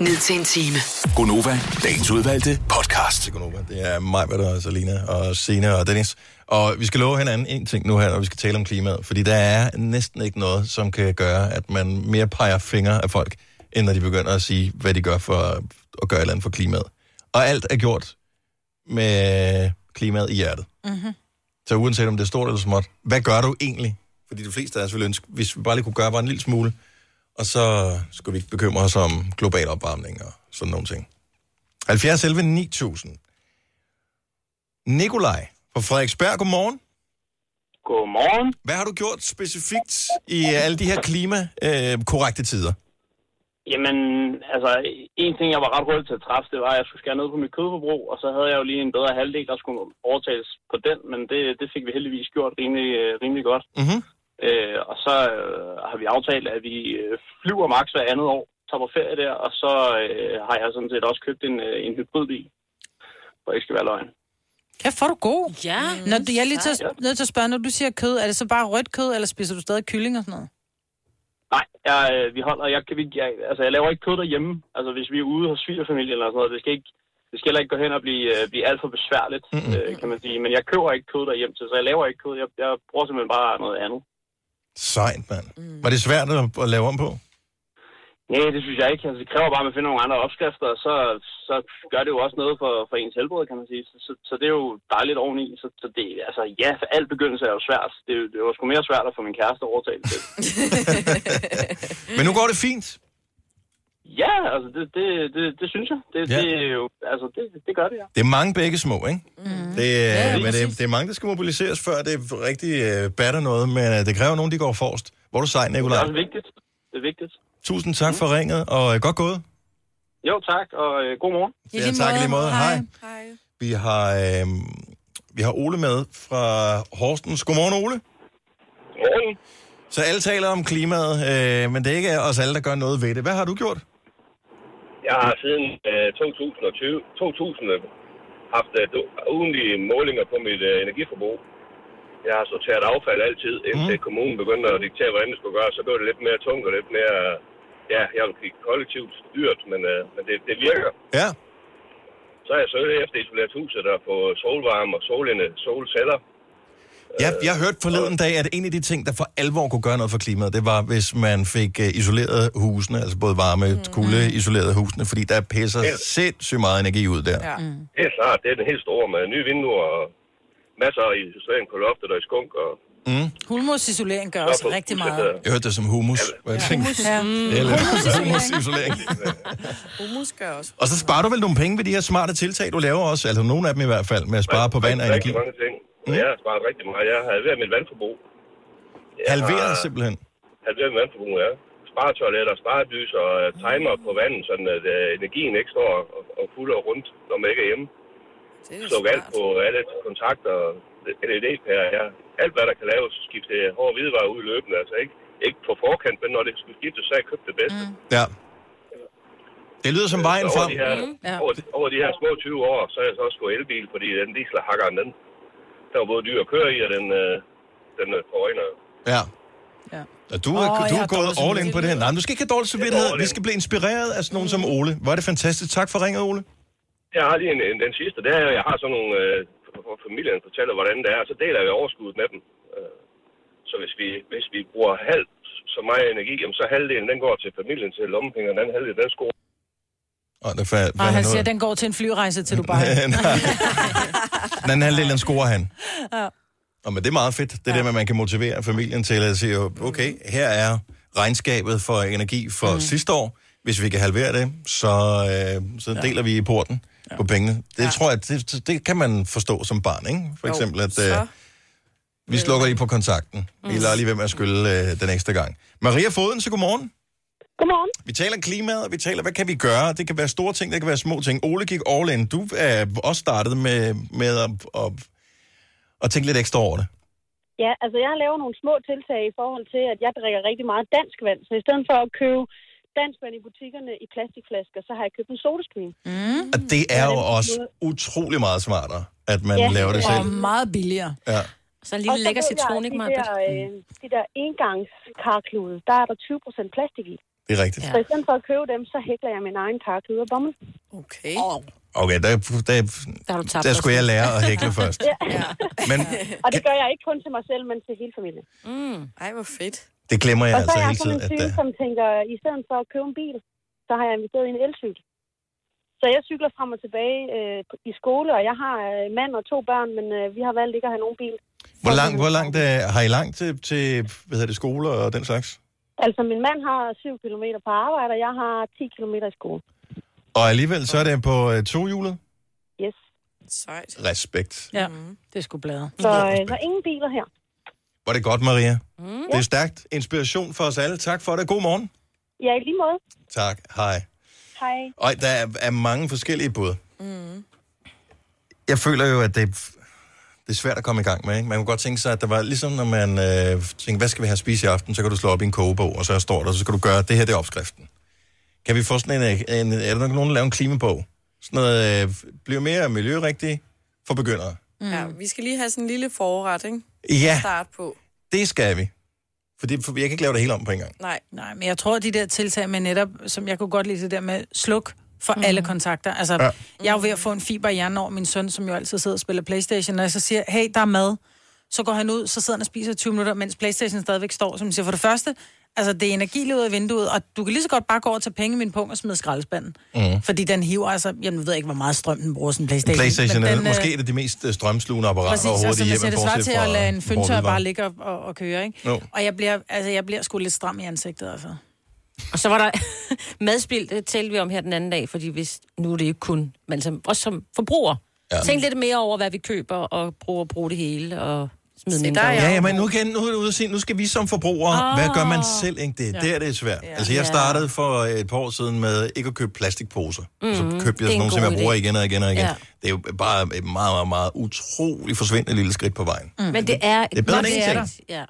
H: ned til en time.
A: Gonova, dagens udvalgte podcast. Det er Gonova. Det er mig, hvad der er, Salina og Sina og Dennis. Og vi skal love hinanden en ting nu her, når vi skal tale om klimaet. Fordi der er næsten ikke noget, som kan gøre, at man mere peger fingre af folk, end når de begynder at sige, hvad de gør for at gøre et eller andet for klimaet. Og alt er gjort med klimaet i hjertet.
F: Mm-hmm.
A: Så uanset om det er stort eller småt, hvad gør du egentlig? Fordi de fleste af os vil ønske, hvis vi bare lige kunne gøre bare en lille smule, og så skulle vi ikke bekymre os om global opvarmning og sådan nogle ting. 70 11 9000. Nikolaj fra Frederiksberg, godmorgen.
L: Godmorgen.
A: Hvad har du gjort specifikt i alle de her klimakorrekte tider?
L: Jamen, altså, en ting, jeg var ret hurtig til at træffe, det var, at jeg skulle skære ned på mit kødforbrug, og så havde jeg jo lige en bedre halvdel, der skulle overtages på den, men det, det fik vi heldigvis gjort rimelig, øh, rimelig godt.
A: Mm-hmm.
L: Øh, og så øh, har vi aftalt, at vi øh, flyver maks hver andet år, tager på ferie der, og så øh, har jeg sådan set også købt en, øh, en hybridbil, hvor ikke skal være løgn.
C: Kæft, får du god.
B: Ja.
C: Når du, jeg er lige til at, nødt til at spørge, når du siger kød, er det så bare rødt kød, eller spiser du stadig kylling og sådan noget?
L: Nej, jeg, øh, vi holder, jeg, kan, vi- jeg, altså, jeg laver ikke kød derhjemme. Altså, hvis vi er ude hos svigerfamilien eller sådan noget, det skal ikke, det skal heller ikke gå hen og blive, øh, blive alt for besværligt, mm-hmm. øh, kan man sige. Men jeg køber ikke kød derhjemme til, så jeg laver ikke kød. Jeg, jeg bruger simpelthen bare noget andet.
A: Sejt, mand. Mm. Var det svært at- at lave om på?
L: Nej, det synes jeg ikke. Altså, det kræver bare, at man finder nogle andre opskrifter, og så, så gør det jo også noget for, for ens helbred, kan man sige. Så, så, så det er jo dejligt oveni. Så, så det, altså, ja, for alt begyndelse er jo svært. Det, er jo- det var sgu mere svært at få min kæreste overtalt til.
A: Men nu går det fint.
L: ja, altså, det, det, det, det synes jeg. Det,
A: Ja.
L: ja. det, er jo, altså, det, det gør det, ja.
A: Det er mange begge små, ikke? Mm.
L: Ja,
A: Det, ja,
L: lige
A: men det,
L: præcis.
A: det er mange, der skal mobiliseres, før det rigtig øh, batter noget, men øh, det kræver nogen, de går forrest. Hvor er du sej,
L: Det
A: Nikolaj.
L: er også vigtigt. Det er vigtigt.
A: Tusind tak for ringet, og øh, godt gået.
L: Jo, tak, og øh, god morgen.
A: Ja, tak i lige måde. Hej.
L: Hej.
A: Vi har, øh, vi har Ole med fra Horsens. Godmorgen, Ole.
L: Godmorgen.
A: Så alle taler om klimaet, øh, men det er ikke os alle, der gør noget ved det. Hvad har du gjort?
M: Jeg har siden øh, 2020, 2000 øh, haft øh, do- ugentlige målinger på mit øh, energiforbrug. Jeg har sorteret affald altid, indtil
L: Mhm.
M: mm. kommunen begyndte at diktere, hvordan det skulle gøres. Så blev det lidt mere tungt og lidt mere, øh, ja, jeg vil sige kollektivt dyrt, men, øh, men det, det virker.
A: Ja.
M: Så har jeg søgt efter isoleret huset der på solvarme og solinde, solceller.
A: Jeg, jeg hørte forleden dag, at en af de ting, der for alvor kunne gøre noget for klimaet, det var, hvis man fik øh, isoleret husene, altså både varme og kulde isolerede husene, fordi der pisser
M: Ja.
A: sindssygt meget energi ud der.
C: Mm.
M: Ja. Det er klart, det er den helt store med nye vinduer og masser af isolering på loftet og i skunk og
A: Mm.
C: Hulmursisolering gør også rigtig meget.
A: Jeg hørte det som humus. Ja. Jeg tænkte,
C: Humus. Ja.
A: Eller
C: Humusisolering.
A: humusisolering.
D: Humus gør også.
A: Og så sparer du vel nogle penge ved de her smarte tiltag, du laver også, altså nogle af dem i hvert fald, med at spare på vand og
M: rigtig,
A: energi.
M: rigtig mange ting. Mm. Jeg har sparet rigtig meget. Jeg har halveret mit vandforbrug.
A: Halverer simpelthen.
M: Halveret mit vandforbrug, ja. Sparetoiletter, sparelys og øh, timer på vandet, sådan at øh, energien ikke står og, og putter rundt, når man ikke er hjemme. Sluk alt på alle kontakter, LED-pærer, ja. Alt hvad der kan laves, skifte hård hvidevarer ud løbende, altså ikke, ikke på forkant, men når det skulle skiftes, så har jeg købt det bedste. Mm.
A: Ja. Det lyder som vejen
M: over,
A: frem.
M: de her, over, over de her små 20 år, så er jeg så også gået elbil, fordi den dieselhakker, den, der var både dyr at køre i, og den, øh, den øh, forurener.
A: Ja. Og du,
M: Åh,
A: oh, du
M: jeg
A: er
M: har
A: gået
M: dårlig
A: all in på det
M: samvittighed.
A: her. Nej, men du skal ikke have dårlig samvittighed. Vi skal blive inspireret af sådan nogen som Ole. Var det fantastisk. Tak for ringet, Ole.
M: Jeg har lige en, en, den sidste, der jeg har sådan nogle, øh, for- for familien fortæller, hvordan det er, og så deler jeg overskuddet med dem. Øh, Så hvis vi, hvis vi bruger halvt så meget energi, jamen så halvdelen, den går til familien, til lommepenge, og den anden halvdel, den skulle
A: Og der fa-
C: Og
A: hvad
C: han
A: han
C: siger,
A: nåede.
C: at den går til en flyrejse til Dubai.
A: Den anden halvdel, den scorer han.
C: Ja.
A: Og men det er meget fedt, det ja. der med, at man kan motivere familien til at sige, okay, her er regnskabet for energi for mm. sidste år. Hvis vi kan halvere det, så, øh, så deler vi i porten ja. på pengene. Det ja. tror jeg, det, det kan man forstå som barn, ikke? For
N: Jo,
A: eksempel, at øh,
N: så-
A: vi slukker lige på kontakten. Mm. Vi lader lige være med at skylde øh, den ekstra gang. Maria Foden, så godmorgen.
O: Godmorgen.
A: Vi taler klimaet, og vi taler, hvad kan vi gøre? Det kan være store ting, det kan være små ting. Ole gik all in. Du er også startet med, med at, at, at tænke lidt ekstra over det.
N: Ja, altså jeg laver nogle små tiltag i forhold til, at jeg drikker rigtig meget dansk vand. Så i stedet for at købe dansk vand i butikkerne i plastikflasker, så har jeg købt en sodastream. Mm.
A: Og det er jo også utrolig meget smartere, at man laver det
C: Og
A: selv.
C: meget billigere.
A: Ja.
B: Så en lille lækker citron, ikke,
N: mig? De
B: Maj-Brit?
N: der, øh, de der engangskarklude, der er der 20% plastik i.
A: Det er rigtigt.
N: Så i stedet for at købe dem, så hækler jeg min egen karklude og bommer.
D: Okay.
N: Oh.
A: Okay, der, der, der, der skulle jeg lære at hækle først.
N: ja.
A: Men
N: Og det gør jeg ikke kun til mig selv, men til hele familien.
B: Mm.
D: Ej, hvor fedt.
A: det glemmer jeg
N: og så
A: altså
N: er jeg
A: hele
N: sådan
A: tiden,
N: en
A: at
N: type,
A: der...
N: som tænker, i stedet for at købe en bil, så har jeg investeret i en elcykel. Så jeg cykler frem og tilbage øh, i skole, og jeg har øh, mand og to børn, men øh, vi har valgt ikke at have nogen bil.
A: Hvor langt, hvor langt øh, har I langt til, til hvad hedder det, skoler og den slags?
N: Altså, min mand har 7 km på arbejde, og jeg har 10 km i skole.
A: Og alligevel så er det på øh, tohjulet.
N: Yes.
D: Sejt.
A: Respekt.
C: Ja, mm. det skulle bladre.
N: Så øh, der er ingen biler her.
A: Var det godt, Maria? Mm. Det er stærkt. Inspiration for os alle. Tak for det. God morgen.
N: Ja, i lige måde.
A: Tak. Hej.
N: Hej.
A: Og der er, er mange forskellige bud. Mm. Jeg føler jo, at det, det er svært at komme i gang med. Ikke? Man kunne godt tænke sig, at der var ligesom, når man øh, tænker, hvad skal vi have at spise i aften? Så kan du slå op i en kogebog, og så står der, så skal du gøre, det her det er opskriften. Kan vi få sådan en, øh, en er der nok nogen, der laver en klimabog? Sådan noget, øh, bliver mere miljørigtig for begyndere.
D: Mm. Ja, vi skal lige have sådan en lille forret, ikke?
A: Ja.
D: At Starte på.
A: Det skal vi. Fordi, for jeg kan ikke lave det hele om på en gang.
D: Nej.
C: Nej, men jeg tror, at de der tiltag med netop, som jeg kunne godt lide det der med, sluk for mm. alle kontakter. Altså,
A: Ja.
C: ja. jeg er jo ved at få en fiber i hjernen over min søn, som jo altid sidder og spiller Playstation, og jeg så siger, hey, der er mad. Så går han ud, så sidder han og spiser i 20 minutter, mens Playstation stadigvæk står, som siger, for det første, altså det er energi lige ud af vinduet, og du kan lige så godt bare gå over og tage penge i min punkt og smide i skraldespanden.
A: Mhm.
C: Mm. Fordi den hiver altså, jeg ved jeg ikke, hvor meget strøm den bruger, sådan en Playstation.
A: PlayStation er
C: den, øh,
A: måske et af de mest øh, strømslugende apparater
C: Præcis, og
A: overhovedet
C: som
A: i
C: jeg
A: hjemmet,
C: siger, det svarer
A: bortset
C: til
A: fra-
C: at lade en
A: fra
C: fyndtør
A: hvidevarer.
C: bare ligge og, og, og køre, ikke?
A: Jo.
C: Og jeg bliver, altså, jeg bliver sgu lidt stram i ansigtet, altså.
B: Og så var der madspild, det talte vi om her den anden dag, fordi hvis, nu er det ikke kun, men som, også som forbruger. Ja. Tænk lidt mere over, hvad vi køber, og prøve at bruge det hele, og smide mindre. ud.
A: Ja, ja, men nu, kan, nu er det ude at sige, nu skal vi som forbrugere, oh. hvad gør man selv? Ikke? Det er
B: Ja.
A: der, det er svært. Altså, jeg
B: Ja.
A: startede for et par år siden med ikke at købe plastikposer. Mm. Så
B: Mhm.
A: købte jeg
B: Det er en
A: sådan nogle, som
B: god
A: jeg bruger
B: idé.
A: igen og igen og igen.
B: Ja.
A: Det er jo bare et meget, meget, meget utrolig forsvindende lille skridt på vejen.
B: Mm. Men det er...
A: Det er bedre end
B: det
A: ingenting.
B: der. Ja.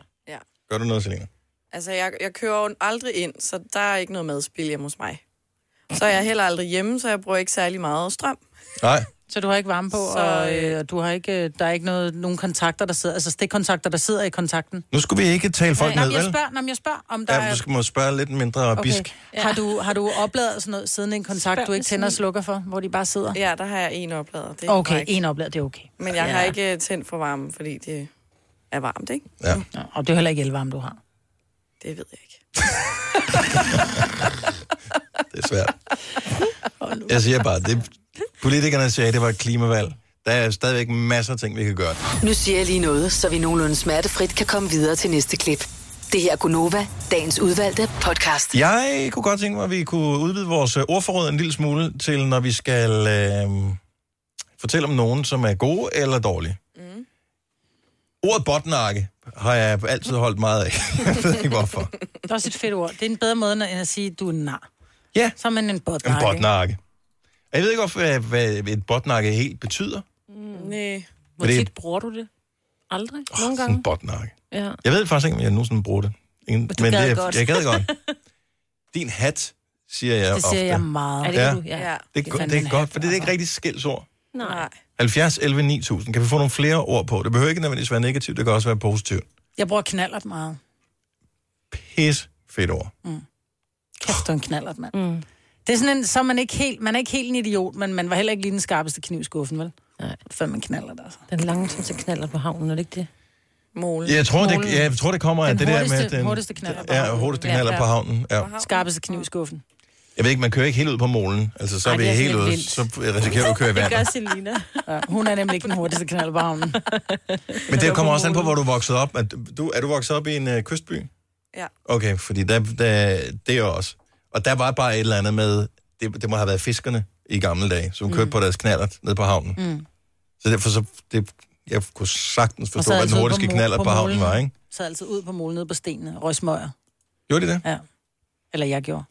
A: Gør du noget, Selina?
D: Altså, jeg, jeg kører jo aldrig ind, så der er ikke noget madspil hjemme hos mig. Så er jeg heller aldrig hjemme, så jeg bruger ikke særlig meget strøm.
A: Nej.
C: Så du har ikke varme på,
D: Så,
C: så, og øh, og du har ikke, øh, der er ikke noget, nogen kontakter, der sidder, altså stikkontakter, der sidder i kontakten.
A: Nu skulle vi ikke tale folk
C: Nej,
A: ned,
C: jeg
A: vel?
C: spørger, nej, men jeg spørger, om der
A: Ja,
C: er...
A: du skal må spørge lidt mindre okay. bisk.
C: Ja. Har, du, har du opladet sådan noget siden en kontakt,
D: Spørg
C: du
D: den
C: ikke tænder og
D: snil.
C: slukker for, hvor de bare sidder?
D: Ja, der har jeg en oplader. Det er
C: Okay,
D: korrekt.
C: en opladet, det er okay.
D: Men jeg
C: ja.
D: har ikke øh, tændt for varmen, fordi det er varmt, ikke?
A: Ja.
C: Og det er heller ikke elvarme, du har.
D: Det ved jeg ikke.
A: Det er svært. Jeg siger bare, det, politikerne sagde, at det var et klimavalg. Der er stadigvæk masser af ting, vi kan gøre.
H: Nu siger jeg lige noget, så vi nogenlunde smertefrit kan komme videre til næste klip. Det her er Gunova, dagens udvalgte podcast.
A: Jeg kunne godt tænke mig, at vi kunne udvide vores øh, ordforråd en lille smule til, når vi skal øh, fortælle om nogen, som er gode eller dårlige. Mm. Ordet botnakke har jeg altid holdt meget af. jeg ved ikke hvorfor.
C: Det er også et fedt ord. Det er en bedre måde, end at sige, du er en nar.
A: Ja.
C: Så er man en
A: En
C: botnakke.
A: botnakke. Og Jeg ved ikke, hvorfor, hvad- hvad et botnakke helt betyder.
D: Nej.
B: Hvor
A: Men det-
B: tit bruger du det? Aldrig? Oh, Nogle
A: Sådan en
B: gange?
A: botnakke.
B: Ja.
A: Jeg ved faktisk ikke, om jeg nogensinde bruger det. Ingen,
B: du gad
A: det,
B: godt.
A: Jeg gad godt. Din hat, siger jeg
C: Det
A: ofte.
C: siger jeg meget.
A: Ja, det, ja. det,
D: Ja.
A: er, go- det
C: fandme en
A: er godt, for det er ikke rigtig skældsord.
D: Nej.
A: 70, 11, 9000. Kan vi få nogle flere ord på? Det behøver ikke nødvendigvis være negativt, det kan også være positivt.
C: Jeg bruger knallert meget.
A: Pis fedt ord.
C: Mm. Kæft, du er en knallert, mand. Mm. Det er sådan en, så er man ikke helt, man er ikke helt en idiot, men man var heller ikke lige den skarpeste kniv i skuffen, vel? Nej. Før man knaller der, altså.
B: Den lange som til knaller på havnen, er det ikke det?
D: Mål.
A: Jeg tror, det, jeg tror, det kommer af
C: Den
A: det der med...
C: hurtigste- hurtigste knaller på
A: Ja,
C: havnen.
A: hurtigste
C: Ja,
A: knaller
C: ja.
A: på havnen. Ja.
C: Skarpeste kniv i skuffen.
A: Jeg ved ikke, man kører ikke helt ud på målen. Altså, så er
C: Ej,
A: vi
C: det er
A: helt
C: lidt
A: ude.
C: vildt.
A: Så risikerer du at køre i vandet.
B: Selina.
C: ja, hun er nemlig ikke den hurtigste knaller på havnen.
A: Men det kommer også an på, hvor du er vokset op. Er du, er du vokset op i en øh, kystby?
D: Ja.
A: Okay, fordi der, der, det er også. Og der var bare et eller andet med, det, det må have været fiskerne i gamle dage, som kørte på deres knallert ned på havnen.
C: Mm.
A: Så derfor så, det, jeg kunne sagtens
C: Og
A: forstå,
C: sad
A: hvad
C: altid
A: den
C: ude
A: hurtigste
C: mo-
A: knallert på, havnen
C: molen.
A: var, ikke?
C: Sad altid ud på målen nede på stenene, røg smøger.
A: Gjorde de det?
C: Ja. Eller jeg gjorde.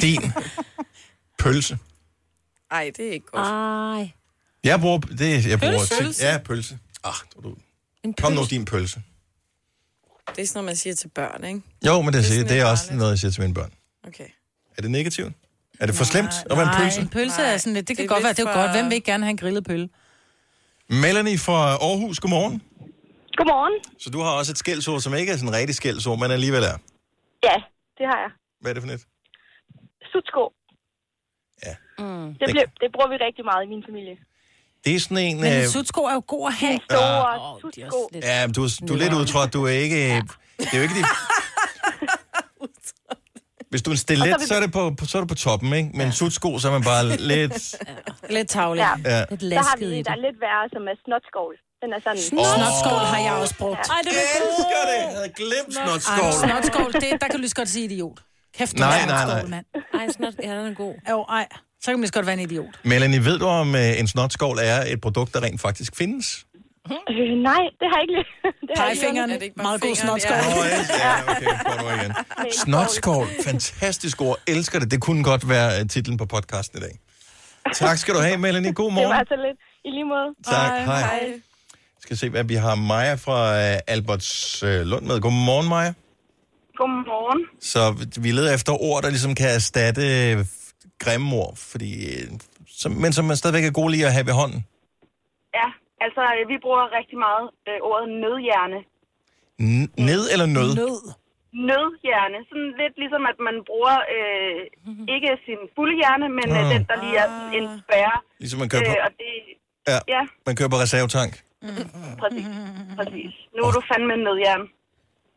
A: Din pølse.
D: Ej, det er ikke godt.
B: Ej.
A: Jeg bruger, det, jeg bruger
D: Pølse?
A: tit- Ja, pølse. Ah, du, du. Kom nu, din pølse.
D: Det er sådan noget, man siger til børn, ikke?
A: Jo, men det, det, det er også noget, jeg siger til mine børn.
D: Okay.
A: Er det negativt? Er det for slemt at være en
C: Nej,
A: pølse?
C: en pølse er sådan lidt, det kan
D: Det er
C: godt være,
D: lidt
C: det er jo
D: for-
C: godt. Hvem vil ikke gerne have en grillet pølle?
A: Melanie fra Aarhus, godmorgen.
N: Godmorgen.
A: Så du har også et skældsord, som ikke er sådan en rigtig skældsord, men alligevel er.
N: Ja, det har jeg.
A: Hvad er det for net?
N: Sutsko. Ja.
C: Mm.
N: Det, blev, det bruger vi rigtig meget i min familie.
A: Det er sådan en...
C: Men
A: øh,
C: en sutsko er jo god at have.
N: Store
A: Ah.
N: oh, sutsko.
A: Ja, men du, er- du er lidt udtrådt. Du er ikke... øh, Det er jo ikke dit... Hvis du er en
C: Og så er
A: stilet,
C: vi-
A: så er det på, på- så er det på toppen, ikke? Men ja. sutsko, så er man bare lidt...
C: Lidt tavlig. Ja.
A: Ja.
C: Lidt
N: Der har vi
C: lasket i
N: en,
C: det.
N: der er lidt værre, som er snotskål. Den er sådan...
C: Snotskål. Snotskål har jeg også brugt.
N: Ja.
C: Ej, det var god.
A: elsker det. Jeg havde glemt
C: Ej,
A: snotskål.
C: men snotskål, det, der kan du lige så godt sige idiot. Kæft, du
A: Nej,
C: er en
A: nej, nej.
C: skål, mand. Ej, snot, ja, den er god. Jo, ej. Så kan man lige så godt være en idiot.
A: Melanie, ved du, om øh, en snotskål er et produkt, der rent faktisk findes?
N: Øh, nej, det har jeg ikke lige... det har jeg ikke
C: Pegefingeren.
N: lige-
C: Er det ikke bare Meget god fingeren? snotskål.
A: Åh, ja, ja, okay, går du igen. Snotskål, fantastisk ord. Elsker det. Det kunne godt være øh, titlen på podcasten i dag. Tak skal du have, Melanie. God
N: Det var
A: morgen.
N: altså lidt. I lige måde.
A: Tak, Hej. hej. Skal se, hvad vi har Maja fra øh, Alberts øh, Lund med. Godmorgen, Maja.
J: Godmorgen.
A: Så vi- vi leder efter ord, der ligesom kan erstatte øh, grimme ord, fordi, øh, som, men som man stadigvæk er god lige at have ved hånden.
J: Ja, altså øh, vi bruger rigtig meget øh, ordet nødhjerne.
A: N- ned eller nød?
J: Nødhjerne. Sådan lidt ligesom, at man bruger øh, ikke sin fulde hjerne, men øh,
A: Ah.
J: den, der lige er sådan en spærre. Øh,
A: Ligesom man kører på-
M: Øh.
J: og det,
A: Ja.
J: ja,
A: Man kører på reservetank.
J: præcis. præcis. Nu er du fandme en nødhjerne.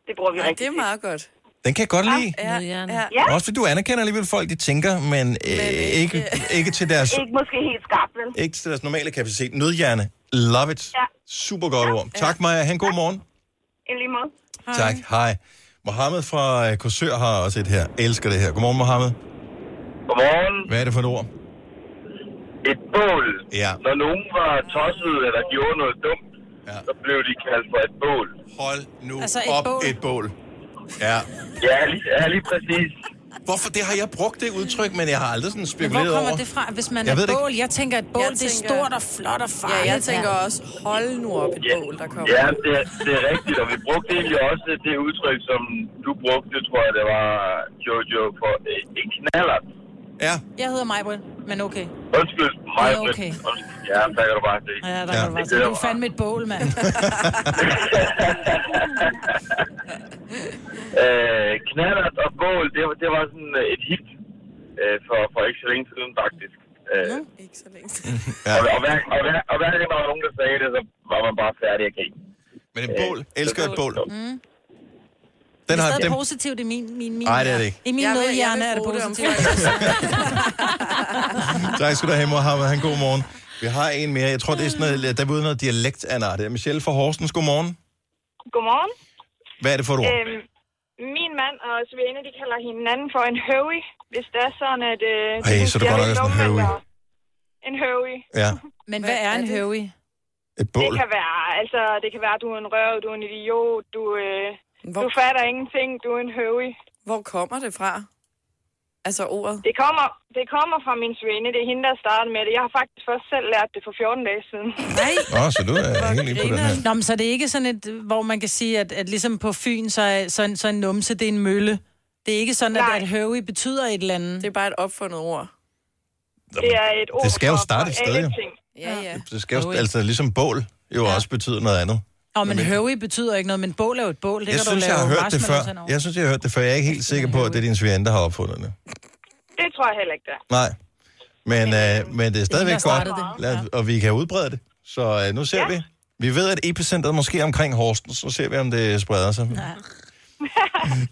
J: Det bruger vi
D: Ej,
J: rigtig
D: det er meget godt.
A: Den kan jeg godt lide.
D: Ja, ja.
A: Ja. Også fordi du anerkender alligevel folk, de tænker, men, øh, ikke,
J: øh.
A: ikke, til deres,
J: Ikke måske helt skarpt, vel?
A: ikke til deres normale kapacitet. Nødhjerne. Love it.
J: Ja.
A: Super godt ord. Tak, Maja. Han god morgen.
J: I lige måde.
A: Tak. Hej. Mohammed fra øh, Korsør har også et her. Elsker det her. Godmorgen, Mohammed.
O: Godmorgen.
A: Hvad er det for et ord?
O: Et bål.
A: Ja.
O: Når nogen var tosset eller gjorde noget dumt,
A: ja.
O: så blev de kaldt for et bål.
A: Hold nu
O: Altså et
A: op
O: bål.
A: et bål. Ja.
O: Ja, lige, ja, lige præcis.
A: Hvorfor? Det har jeg brugt det udtryk, men jeg har aldrig sådan
C: Men hvor
A: spekuleret
C: kommer
A: over.
C: det fra, hvis man
A: Jeg
C: er
A: ved det ikke.
C: bål? Jeg tænker, at bål
D: Jeg
C: det er
D: tænker-
C: stort og flot og farligt.
D: Ja, jeg tænker også, hold nu op et bål, der kommer.
O: Ja, det, er- det er rigtigt, og vi brugte egentlig også det udtryk, som du brugte, tror jeg, det var Jojo, for øh, en knaller.
C: Jeg hedder Majbrit, men okay.
O: Undskyld mig,
C: Ja, okay.
O: men undskyld. ja, der kan du bare se.
C: Ja, der ja. kan du bare
O: Det
C: sige, du
O: mig.
C: er fandme et bål, mand.
O: Øh, knallert og bål, det, var- det var sådan øh, et hit øh, for, for ikke så længe siden, faktisk. Øh,
D: ikke så længe
A: ja.
O: og, og, hver, og, hver, og hver gang der var nogen, der sagde det, så var man bare færdig at grine.
A: Men et bål? Elsker et bål.
C: Mm.
A: Den
C: det er
A: har,
C: stadig
A: den,
C: positivt i min, min, min
A: Ej, det er det ikke.
C: I min
D: Jeg vil- jeg vil
C: nødhjerne er det
D: bruge det om
C: positivt.
A: tak skal du have, Mohammed. Han god morgen. Vi har en mere. Jeg tror, det er sådan noget, der er ude noget dialekt af en art. Michelle fra Horsens, god morgen.
J: Godmorgen.
A: Hvad er det for et ord?
J: Øhm, min mand og Svende, de kalder hinanden for en høvig, hvis det er sådan, at... Øh,
A: Ej,
J: de
A: så er du
J: siger
A: godt nok sådan en
J: lidt dumme,
A: høvig.
J: eller- En høvig.
A: Ja.
C: Men hvad er en høvig?
A: Et
J: Det
A: bål.
J: kan være, altså, det kan være, at du er en røv, du er en idiot, du, øh, du fatter ingenting, du er en høvig.
D: Hvor kommer det fra? Altså ordet?
J: Det kommer, det kommer fra min svinde, det er hende, der startede med det. Jeg har faktisk først selv lært det for 14 dage siden.
C: Nej.
A: Åh, så du er helt lige på den her.
C: Nå, men så er det ikke sådan et, hvor man kan sige, at, at ligesom på Fyn, så er, så, en, så en numse, det er en mølle. Det er ikke sådan, at, at høvig betyder et eller andet. Det
D: er bare et opfundet ord.
J: Det er et ord
A: det skal jo
J: for-
A: starte et
J: for
A: sted,
J: alle
A: jo.
J: ting.
D: Ja, ja.
A: Det skal jo, altså ligesom bål jo også betyder noget andet.
C: Nå, men høvig betyder ikke noget, men bål er jo et bål. Det
A: Jeg
C: kan
A: synes,
C: du
A: jeg
C: lave
A: har hørt det
C: marshmallows
A: før.
C: henover.
A: Jeg synes, jeg har hørt det før. Jeg er ikke helt sikker på, at det er din svigerinde, der har opfundet det.
J: Det tror jeg heller ikke, der.
A: Nej. Men, øh, men det er
J: der
A: stadigvæk godt,
J: startede det.
A: Lad, og vi kan udbrede det. Så øh, nu ser vi. Vi ved, at epicentret måske er omkring Horsten, så ser vi, om det spreder sig.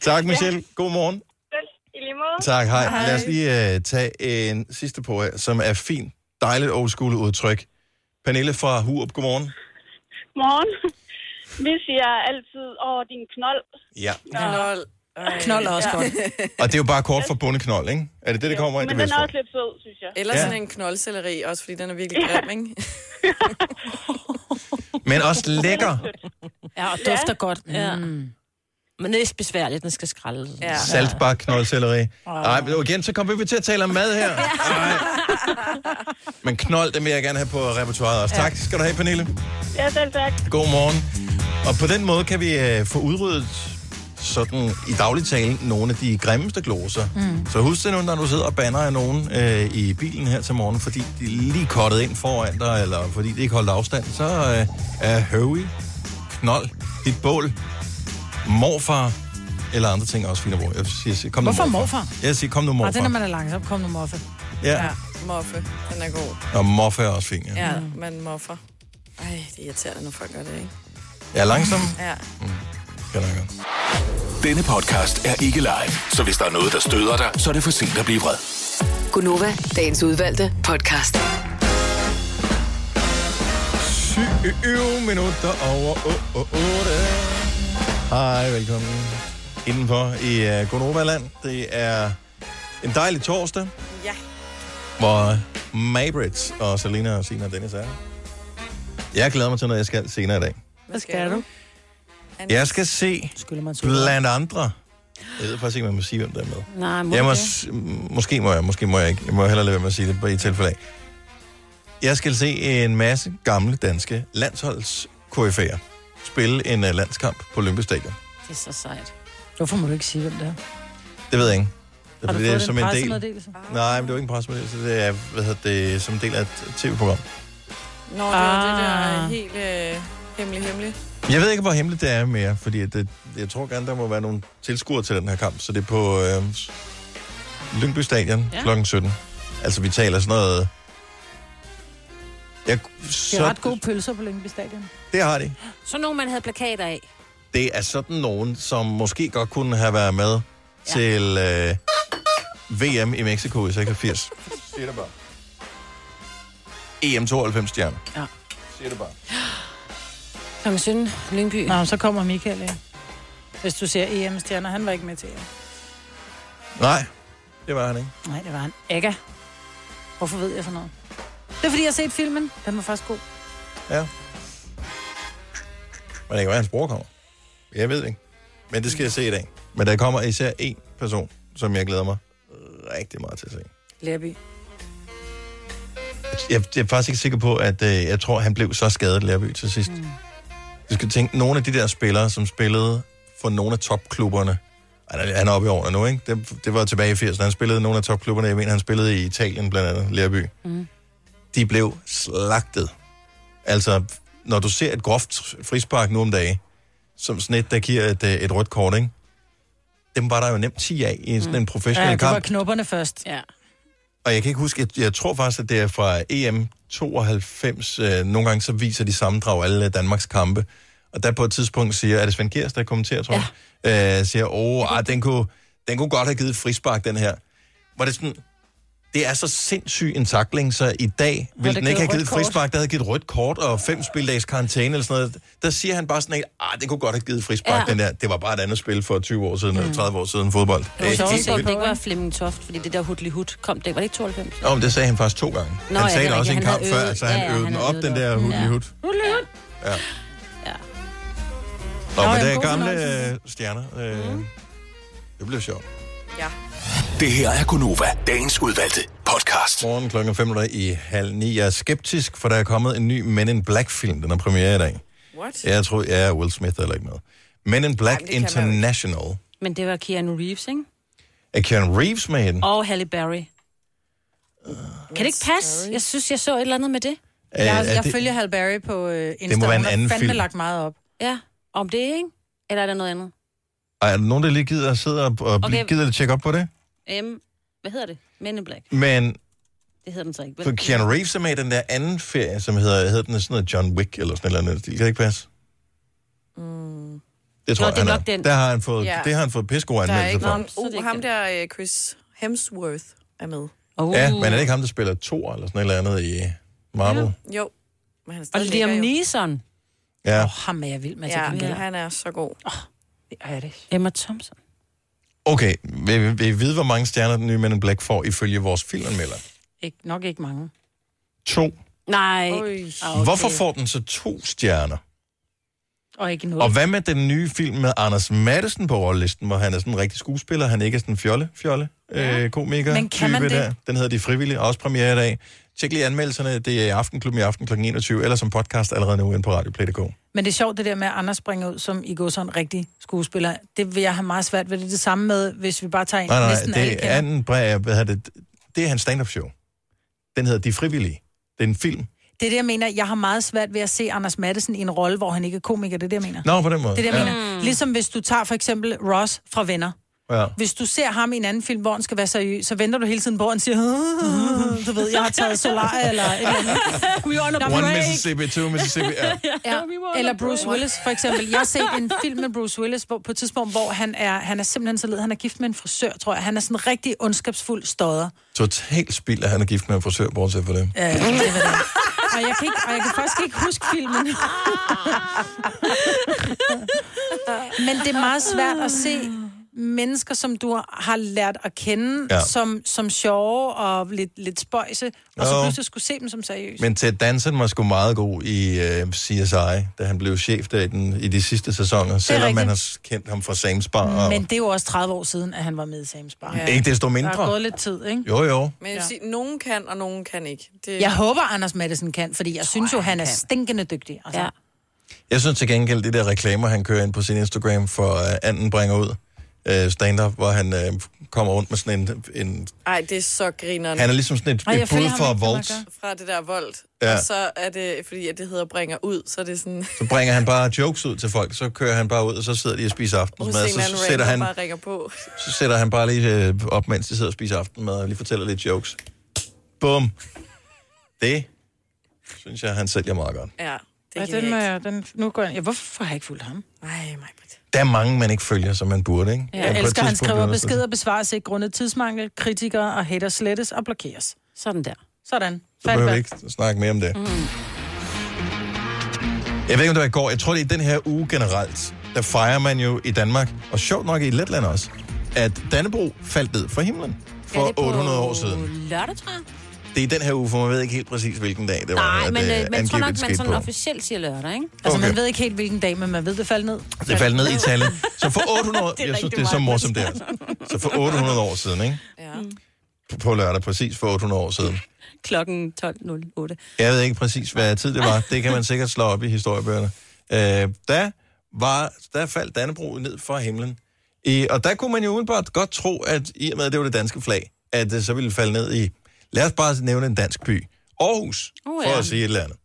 A: tak, Michelle. God morgen.
J: I lige måde.
A: Tak, hej. hej. Lad os lige øh, tage en sidste på her, som er fint, dejligt old school udtryk. Pernille fra Hurup, godmorgen.
P: Morgen. Vi siger altid, åh, din knold.
A: Ja.
D: Knold.
C: Knold er også godt.
A: Og det er jo bare kort for bondeknold, ikke? Er det det, der kommer ind? Det ved jeg
D: lidt sød, synes jeg. Eller
A: Ja.
D: sådan en knoldcelleri, også fordi den er virkelig grim, ikke?
A: sgu. Men også lækker.
B: Ja, og dufter godt. Ja.
I: Mm.
B: Men det er besværligt, den skal skralde. Ja.
A: Saltbak, knoldcelleri. Nej, men igen, så kommer vi til at tale om mad her. Ej. Men knold, den vil jeg gerne have på repertoireet også. Tak skal du have, Pernille.
P: Ja, selv tak.
A: God morgen. Og på den måde kan vi øh, få udryddet sådan i daglig tale nogle af de grimmeste gloser. Mm.
F: Mm.
A: Så husk det nu, når du sidder og banner af nogen øh, i bilen her til morgen, fordi de er lige kottet ind foran dig, eller fordi de ikke holdt afstand, så øh, er høvig, knold, dit bål, morfar eller andre ting også fint at bruge. Jeg siger, siger, kom nu
C: Hvorfor morfar?
A: Jeg siger, kom nu
C: Morfar.
A: morfar.
C: Og den er man er langsom. Kom nu, Moffe.
A: Ja.
D: Moffe, den er god.
A: Og morfar er også fint, ja.
D: Ja,
C: Mm.
D: man moffer. Ej, det er irriterende, når folk gør det, ikke?
A: Ja, langsom.
D: Ja.
A: Kan jeg godt.
G: Denne podcast er ikke live, så hvis der er noget, der støder dig, så er det for sent at blive vred.
H: Gunova, dagens udvalgte podcast.
A: 20 minutter over 8. Hej, velkommen indenfor i uh, Gonova-land. Det er en dejlig torsdag,
D: Ja.
A: hvor Maybrit og Selina og Sina og Dennis er. her. Jeg glæder mig til noget, jeg skal senere i dag.
C: Hvad skal du?
A: Jeg skal se blandt andre. Jeg ved faktisk ikke, om jeg må sige, hvem der er med.
I: Nej, må
A: jeg
I: du
A: må,
I: det?
A: s- m- måske må jeg, måske må jeg ikke. Jeg må hellere lade være med at sige det på i tilfælde af. Jeg skal se en masse gamle danske landsholds KF'er spille en uh, landskamp på Olympisk Stadion.
I: Det er så sejt.
C: Hvorfor må du ikke sige, hvem det er?
A: Det ved jeg ikke.
C: Har du
A: fordi
C: fået
A: er
C: den pressemeddelelse?
A: Nej, men det var ikke en pressemeddelelse. Det er, hvad hedder det, som en del af et tv-program.
D: Nå, det var det der
C: Ah.
D: helt øh, hemmelig, hemmelig.
A: Jeg ved ikke, hvor hemmeligt det er mere, fordi at det, jeg tror gerne, der må være nogle tilskuere til den her kamp. Så det er på øh, Lyngby Stadion
C: Ja.
A: ja. kl. 17. Altså, vi taler sådan noget... Jeg,
C: Det er
A: så,
C: ret gode pølser på Lyngby Stadion.
A: det har de.
I: Så nogen, man havde plakater af.
A: Det er sådan nogen, som måske godt kunne have været med ja. til øh, VM i Mexico i 86. Siger det bare. EM 92 stjerne.
I: Ja.
A: Siger det bare.
I: Kan man synge Lyngby?
C: Nå, så kommer Michael ind. Hvis du ser EM-stjerner, han var ikke med til jer.
A: Nej, det var han ikke.
C: Nej, det var han. Ikke. Hvorfor ved jeg sådan noget? Det er, fordi jeg har set filmen. Den var faktisk god.
A: Ja. Men det kan være, at hans bror kommer. Jeg ved det ikke. Men det skal jeg se i dag. Men der kommer især én person, som jeg glæder mig rigtig meget til at se.
C: Lærby.
A: Jeg, jeg er faktisk ikke sikker på, at øh, jeg tror, han blev så skadet Lærby til sidst. Mm. Du skal tænke, nogle af de der spillere, som spillede for nogle af topklubberne, han er, han er oppe i årene nu, ikke? Det, det var tilbage i 80'erne. Han spillede i nogle af topklubberne. Jeg mener, han spillede i Italien, blandt andet Lærby.
F: Mm.
A: de blev slagtet. Altså, når du ser et groft frispark nu om dagen, som sådan et, der giver et, øh, et rødt kort, ikke? Dem var der jo nemt 10 af i sådan en professionel
C: Mm. Ja,
A: ja,
C: det var
A: kamp. Øh,
C: knopperne først.
I: Ja.
A: Og jeg kan ikke huske, jeg, jeg tror faktisk, at det er fra EM 92. Øh, nogle gange så viser de sammendrag alle øh, Danmarks kampe. Og der på et tidspunkt siger, er det Svend Gers, der kommenterer, tror jeg, ja. øh, siger, åh, ah, den, kunne, den kunne godt have givet et frispark, den her. Var det sådan, det er så sindssyg en takling, så i dag
F: det
A: ville den
F: givet
A: ikke have givet et
F: rødt kort?
A: frispark, der havde givet et rødt kort og fem spildags karantæne eller sådan noget. Der siger han bare sådan, at ah, den kunne godt have givet et frispark,
I: Ja.
A: ja. den der. Det var bare et andet spil for 20 år siden, mm. eller 30 år siden fodbold.
I: Det var
A: Øh,
I: så
A: helt
I: også,
A: vildt.
I: det ikke var Flemming Toft, fordi det der hudli hud kom. Det var det ikke 92?
A: Nå, men det sagde han faktisk to gange.
I: Nå,
A: Nå, han
I: ja,
A: sagde
I: det
A: det
I: er
A: også i en
I: rigtigt. Han
A: kamp
I: havde
A: før,
I: øvet-
A: så han
I: ja, ja,
A: øvede
I: han
A: den
I: havde
A: op,
I: øvet
A: den
I: det
A: der
I: op.
A: hud i
I: Ja.
A: hud.
I: Hudli hud.
A: Ja.
F: Nå,
A: Nå, men
F: ja,
A: det
F: god
A: er gamle
F: fornøjelse.
A: øh, stjerner. Øh,
I: Mm-hmm.
A: det bliver sjovt.
G: Det her er Gunova, dagens udvalgte podcast.
A: Morgen klokken 5 i halv ni. Jeg er skeptisk, for der er kommet en ny Men in Black-film. Den er premiere i dag.
D: What?
A: Jeg tror, jeg er Will Smith eller ikke noget. Men in Black
I: Ej,
A: Ej,
I: men det kan man jo
A: International.
I: Men det var Keanu Reeves, ikke?
A: Er Karen Reeves med i den?
I: Og Halle Berry. Kan det ikke passe? Jeg synes, jeg så et eller andet med det.
A: Øh,
C: Jeg,
A: er
C: jeg
A: det-
C: følger Hal Berry på øh, Insta.
A: må være en
C: Hun har
A: anden
C: fandme
A: film.
C: lagt meget op.
I: Ja, om det, ikke? Eller er der noget andet?
A: Ej, er der nogen, der lige gider at sidde og, og okay.
I: Okay.
A: gider at tjekke op på det?
I: Um, hvad hedder det? Men in Black.
A: Men
I: Det hedder den så ikke. vel?
A: for Keanu Reeves er med i den der anden ferie, som hedder, hedder den sådan noget John Wick eller sådan noget. Kan det ikke passe? Det tror
D: Mm. Nå,
A: jeg,
D: det er
A: han
D: nok den.
A: Der har han fået,
D: Ja.
A: ja. det har han fået pissegode
D: Der er
A: anmeldelser
D: ikke
A: for.
D: nogen... Uh, ham der øh, Chris Hemsworth er med.
I: Oh.
D: Uh.
A: Ja, men er det ikke ham, der spiller Thor eller sådan et eller andet i Marvel?
D: Jo. Men han er
I: Og
D: stadig
I: Liam
D: lækker, jo.
I: Neeson.
A: Ja. ja.
C: Ham er jeg vild med til
D: Ja,
C: gengæld.
D: men han er så god. Oh,
C: det er det.
I: Emma Thompson.
A: Okay, vil, vil, vil I vide, hvor mange stjerner den nye Men in Black får ifølge vores filmanmelder?
C: Ikke, nok ikke mange.
A: To.
I: Nej.
D: Ah,
A: Okay. Hvorfor får den så to stjerner?
C: Og ikke noget.
A: Og hvad med den nye film med Anders Madsen på rollelisten, hvor han er sådan en rigtig skuespiller, han ikke er sådan en fjolle, fjolle, ja. øh, komiker.
C: Men kan
A: type
C: man det?
A: Der. Den hedder De Frivillige, også premiere i dag. Tjek lige anmeldelserne. Det er Aftenklubben i aften kl. 21, eller som podcast allerede nu inde på radioplay.dk.
C: Men det er sjovt det der med, at Anders springer ud som i går sådan rigtig skuespiller. Det vil jeg have meget svært ved. Det er det samme med, hvis vi bare tager en,
A: Nej, nej,
C: næsten alle
A: det
C: kender.
A: er, anden, bre- hvad hedder det, det er hans stand-up show. Den hedder De Frivillige. Det er en film.
C: Det er det, jeg mener. Jeg har meget svært ved at se Anders Madsen i en rolle, hvor han ikke er komiker. Det er det, jeg mener.
A: Nå, på den måde.
C: Det er det, jeg
A: Ja.
C: mener. Ligesom hvis du tager for eksempel Ross fra Venner.
A: Ja.
C: Hvis du ser ham i en anden film, hvor han skal være seriøs, så venter du hele tiden på, at han siger, "Ah, du ved, jeg har taget solar, eller et eller andet. We on a
A: One
C: break.
A: Mississippi, two Mississippi. Ja.
C: Ja. Eller Bruce Willis, for eksempel. Jeg har set en film med Bruce Willis hvor, på et tidspunkt, hvor han er, han er simpelthen så led. Han er gift med en frisør, tror jeg. Han er sådan en rigtig ondskabsfuld stodder.
A: Totalt spild, at han er gift med en frisør, bortset fra det.
C: Ja, det var det. Og jeg, kan ikke, og jeg kan faktisk ikke huske filmen. Men det er meget svært at se mennesker, som du har lært at kende,
A: Ja.
C: ja. som, som sjove og lidt, lidt spøjse, og så
A: Jo.
C: pludselig skulle se dem som seriøse.
A: Men Ted Danson var sgu meget god i øh, CSI, da han blev chef der i, den, i de sidste sæsoner, selvom man har
C: rigtigt.
A: kendt ham fra Sam's Bar. Og...
C: Men det er jo også 30 år siden, at han var med i Sam's Bar.
A: Ja. Ikke desto mindre.
C: Der er gået lidt tid, ikke?
A: Jo, jo.
D: Men jeg vil sige, nogen kan, og nogen kan ikke. Det...
C: Jeg håber, Anders Madsen kan, fordi jeg, synes jo, han er stinkende dygtig. Altså. Ja.
A: Jeg synes til gengæld, de der reklamer, han kører ind på sin Instagram for uh, anden bringer ud, uh, stand-up, hvor han uh, kommer rundt med sådan en, en...
D: Ej, det er så grineren.
A: Han er ligesom sådan et- Ej, jeg et bud følger ham for ikke, når man Volt. gør.
D: Fra det der Volt.
A: Ja.
D: Ja. Og så er det, fordi at det hedder bringer ud, så er det sådan...
A: Så bringer han bare jokes ud til folk, så kører han bare ud, og så sidder de og spiser aftensmad,
D: Hussein
A: så,
D: Alvarez,
A: sætter
D: der
A: han,
D: bare ringer på.
A: så sætter han bare lige uh, op, mens de sidder og spiser aftensmad, og lige fortæller lidt jokes. Bum. Det synes jeg, han sælger meget godt.
D: Ja, det
C: ja,
D: kan
C: den,
D: jeg
C: jeg, den, nu går jeg, ja, hvorfor har jeg ikke fulgt ham?
D: Nej, mig.
A: Der er mange, man ikke følger, som man burde, ikke?
C: Ja,
A: Og på et
C: jeg elsker, at han
A: tidspunkt altså.
C: skriver
A: bliver man sådan-
C: beskeder besvares ikke grundet tidsmangel, kritikere og hater slettes og blokeres.
B: Sådan der.
C: Sådan.
A: Så behøver vi ikke snakke mere om det. Mm. Jeg ved ikke, om det var i går. Jeg tror, det er i den her uge generelt. Der fejrer man jo i Danmark, og sjovt nok i Letland også, at Dannebro faldt ned fra himlen for 800 år siden.
B: Lørdag, tror jeg.
A: Det er i den her uge, for man ved ikke helt præcis, hvilken dag det var,
B: Nej, men
A: at,
B: øh, man tror
A: angiveligt
B: nok, man
A: skete
B: sådan
A: på.
B: officielt siger lørdag, ikke?
C: Altså,
A: Okay.
C: man ved ikke helt, hvilken dag, men man ved, det faldt ned.
A: Det faldt ned i tallet. Så for 800 år,
C: Det er
A: jeg synes,
C: rigtig
A: det er så
C: meget.
A: morsomt der. Så for 800 år siden, ikke?
D: Ja.
A: På- På lørdag, præcis for 800 år siden.
B: Klokken 12.08.
A: Jeg ved ikke præcis, hvad tid det var. Det kan man sikkert slå op i historiebøgerne. Øh, der, var, der faldt Dannebro ned fra himlen. I, og der kunne man jo udenbart godt tro, at i og med, at det var det danske flag, at det så ville falde ned i, lad os bare nævne en dansk by, Aarhus,
B: Uh,
A: uh,
B: ja. Mm.
A: for at sige et eller andet.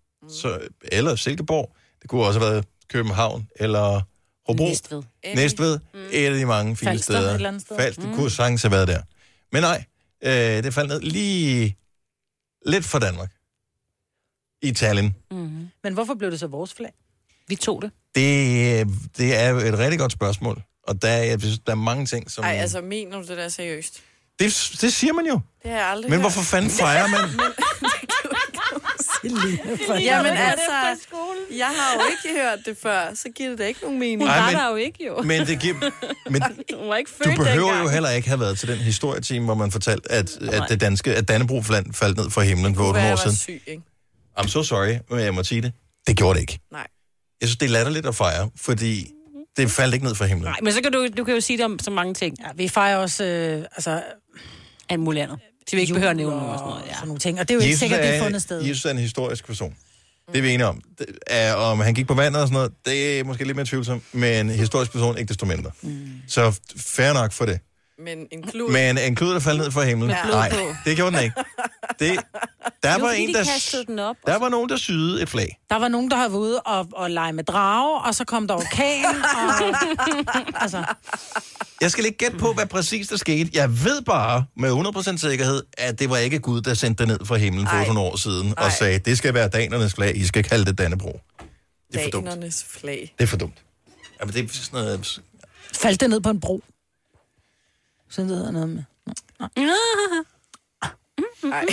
A: Så, eller Silkeborg. Det kunne også have været København, eller Hobro.
B: Næstved.
A: Næstved. Mm. Et af de mange fine
B: Falster,
A: steder.
B: et eller andet sted.
A: Falster
B: Mm.
A: mm. kunne sagtens have været der. Men nej, øh, det faldt ned lige lidt fra Danmark. I Tallinn.
C: Mm-hmm. Men hvorfor blev det så vores flag?
B: Vi tog det.
A: Det, øh, det er jo et rigtig godt spørgsmål. Og der, er- jeg synes, der er mange ting, som...
D: Ej, altså, mener du det der seriøst?
A: det, det siger man jo.
D: Det har jeg aldrig
A: Men
D: hørt.
A: hvorfor fanden fejrer man?
D: Jamen altså, jeg har jo ikke hørt det før, så giver det da ikke nogen mening.
A: Nej, men-
D: ikke,
A: men det giver- men-
D: du var ikke
A: Du behøver jo heller ikke have været til den historietime, hvor man fortalte, at, at det danske, at Dannebro flan- faldt ned fra himlen for 8 år siden.
D: syg, ikke?
A: I'm so sorry, men jeg må sige det. Det gjorde det ikke.
D: Nej.
A: Jeg synes, det er latterligt at fejre, fordi det faldt ikke ned fra himlen.
B: Nej, men så kan du, du kan jo sige det om så mange ting.
C: Ja, vi fejrer også, øh, altså...
B: Alt muligt andet. Så vi ikke
C: Jul
B: behøver at nævne nogen
C: og
B: og sådan noget. Ja.
C: Sådan nogle ting. Og det er jo ikke sikkert, det er fundet sted.
A: Jesus er en historisk person. Det er vi enige om. Det er, om han gik på vandet og sådan noget, det er måske lidt mere tvivlsomt, men en historisk person ikke desto mindre. Mm. Så fair nok for det.
D: Men en klud.
A: Men en klud, der faldt ned fra himlen,
D: Med blod
A: nej,
D: på.
A: det gjorde den ikke. Det, der,
C: Jo,
A: var
C: fordi
A: en,
C: de
A: der,
C: kastede den op,
A: der var nogen, der syede et flag.
C: Der var nogen, der havde været ude og, og lege med drage, og så kom der orkan, og... altså,
A: Jeg skal ikke gætte på, hvad præcis der skete. Jeg ved bare med 100% sikkerhed, at det var ikke Gud, der sendte det ned fra himlen for 800 år siden og sagde, det skal være danernes flag, I skal kalde det Dannebro. Det er for dumt.
D: Danernes flag.
A: Det er for dumt. Jamen, det er sådan noget...
C: faldt det ned på en bro. Sådan det hedder noget med.
D: Ej.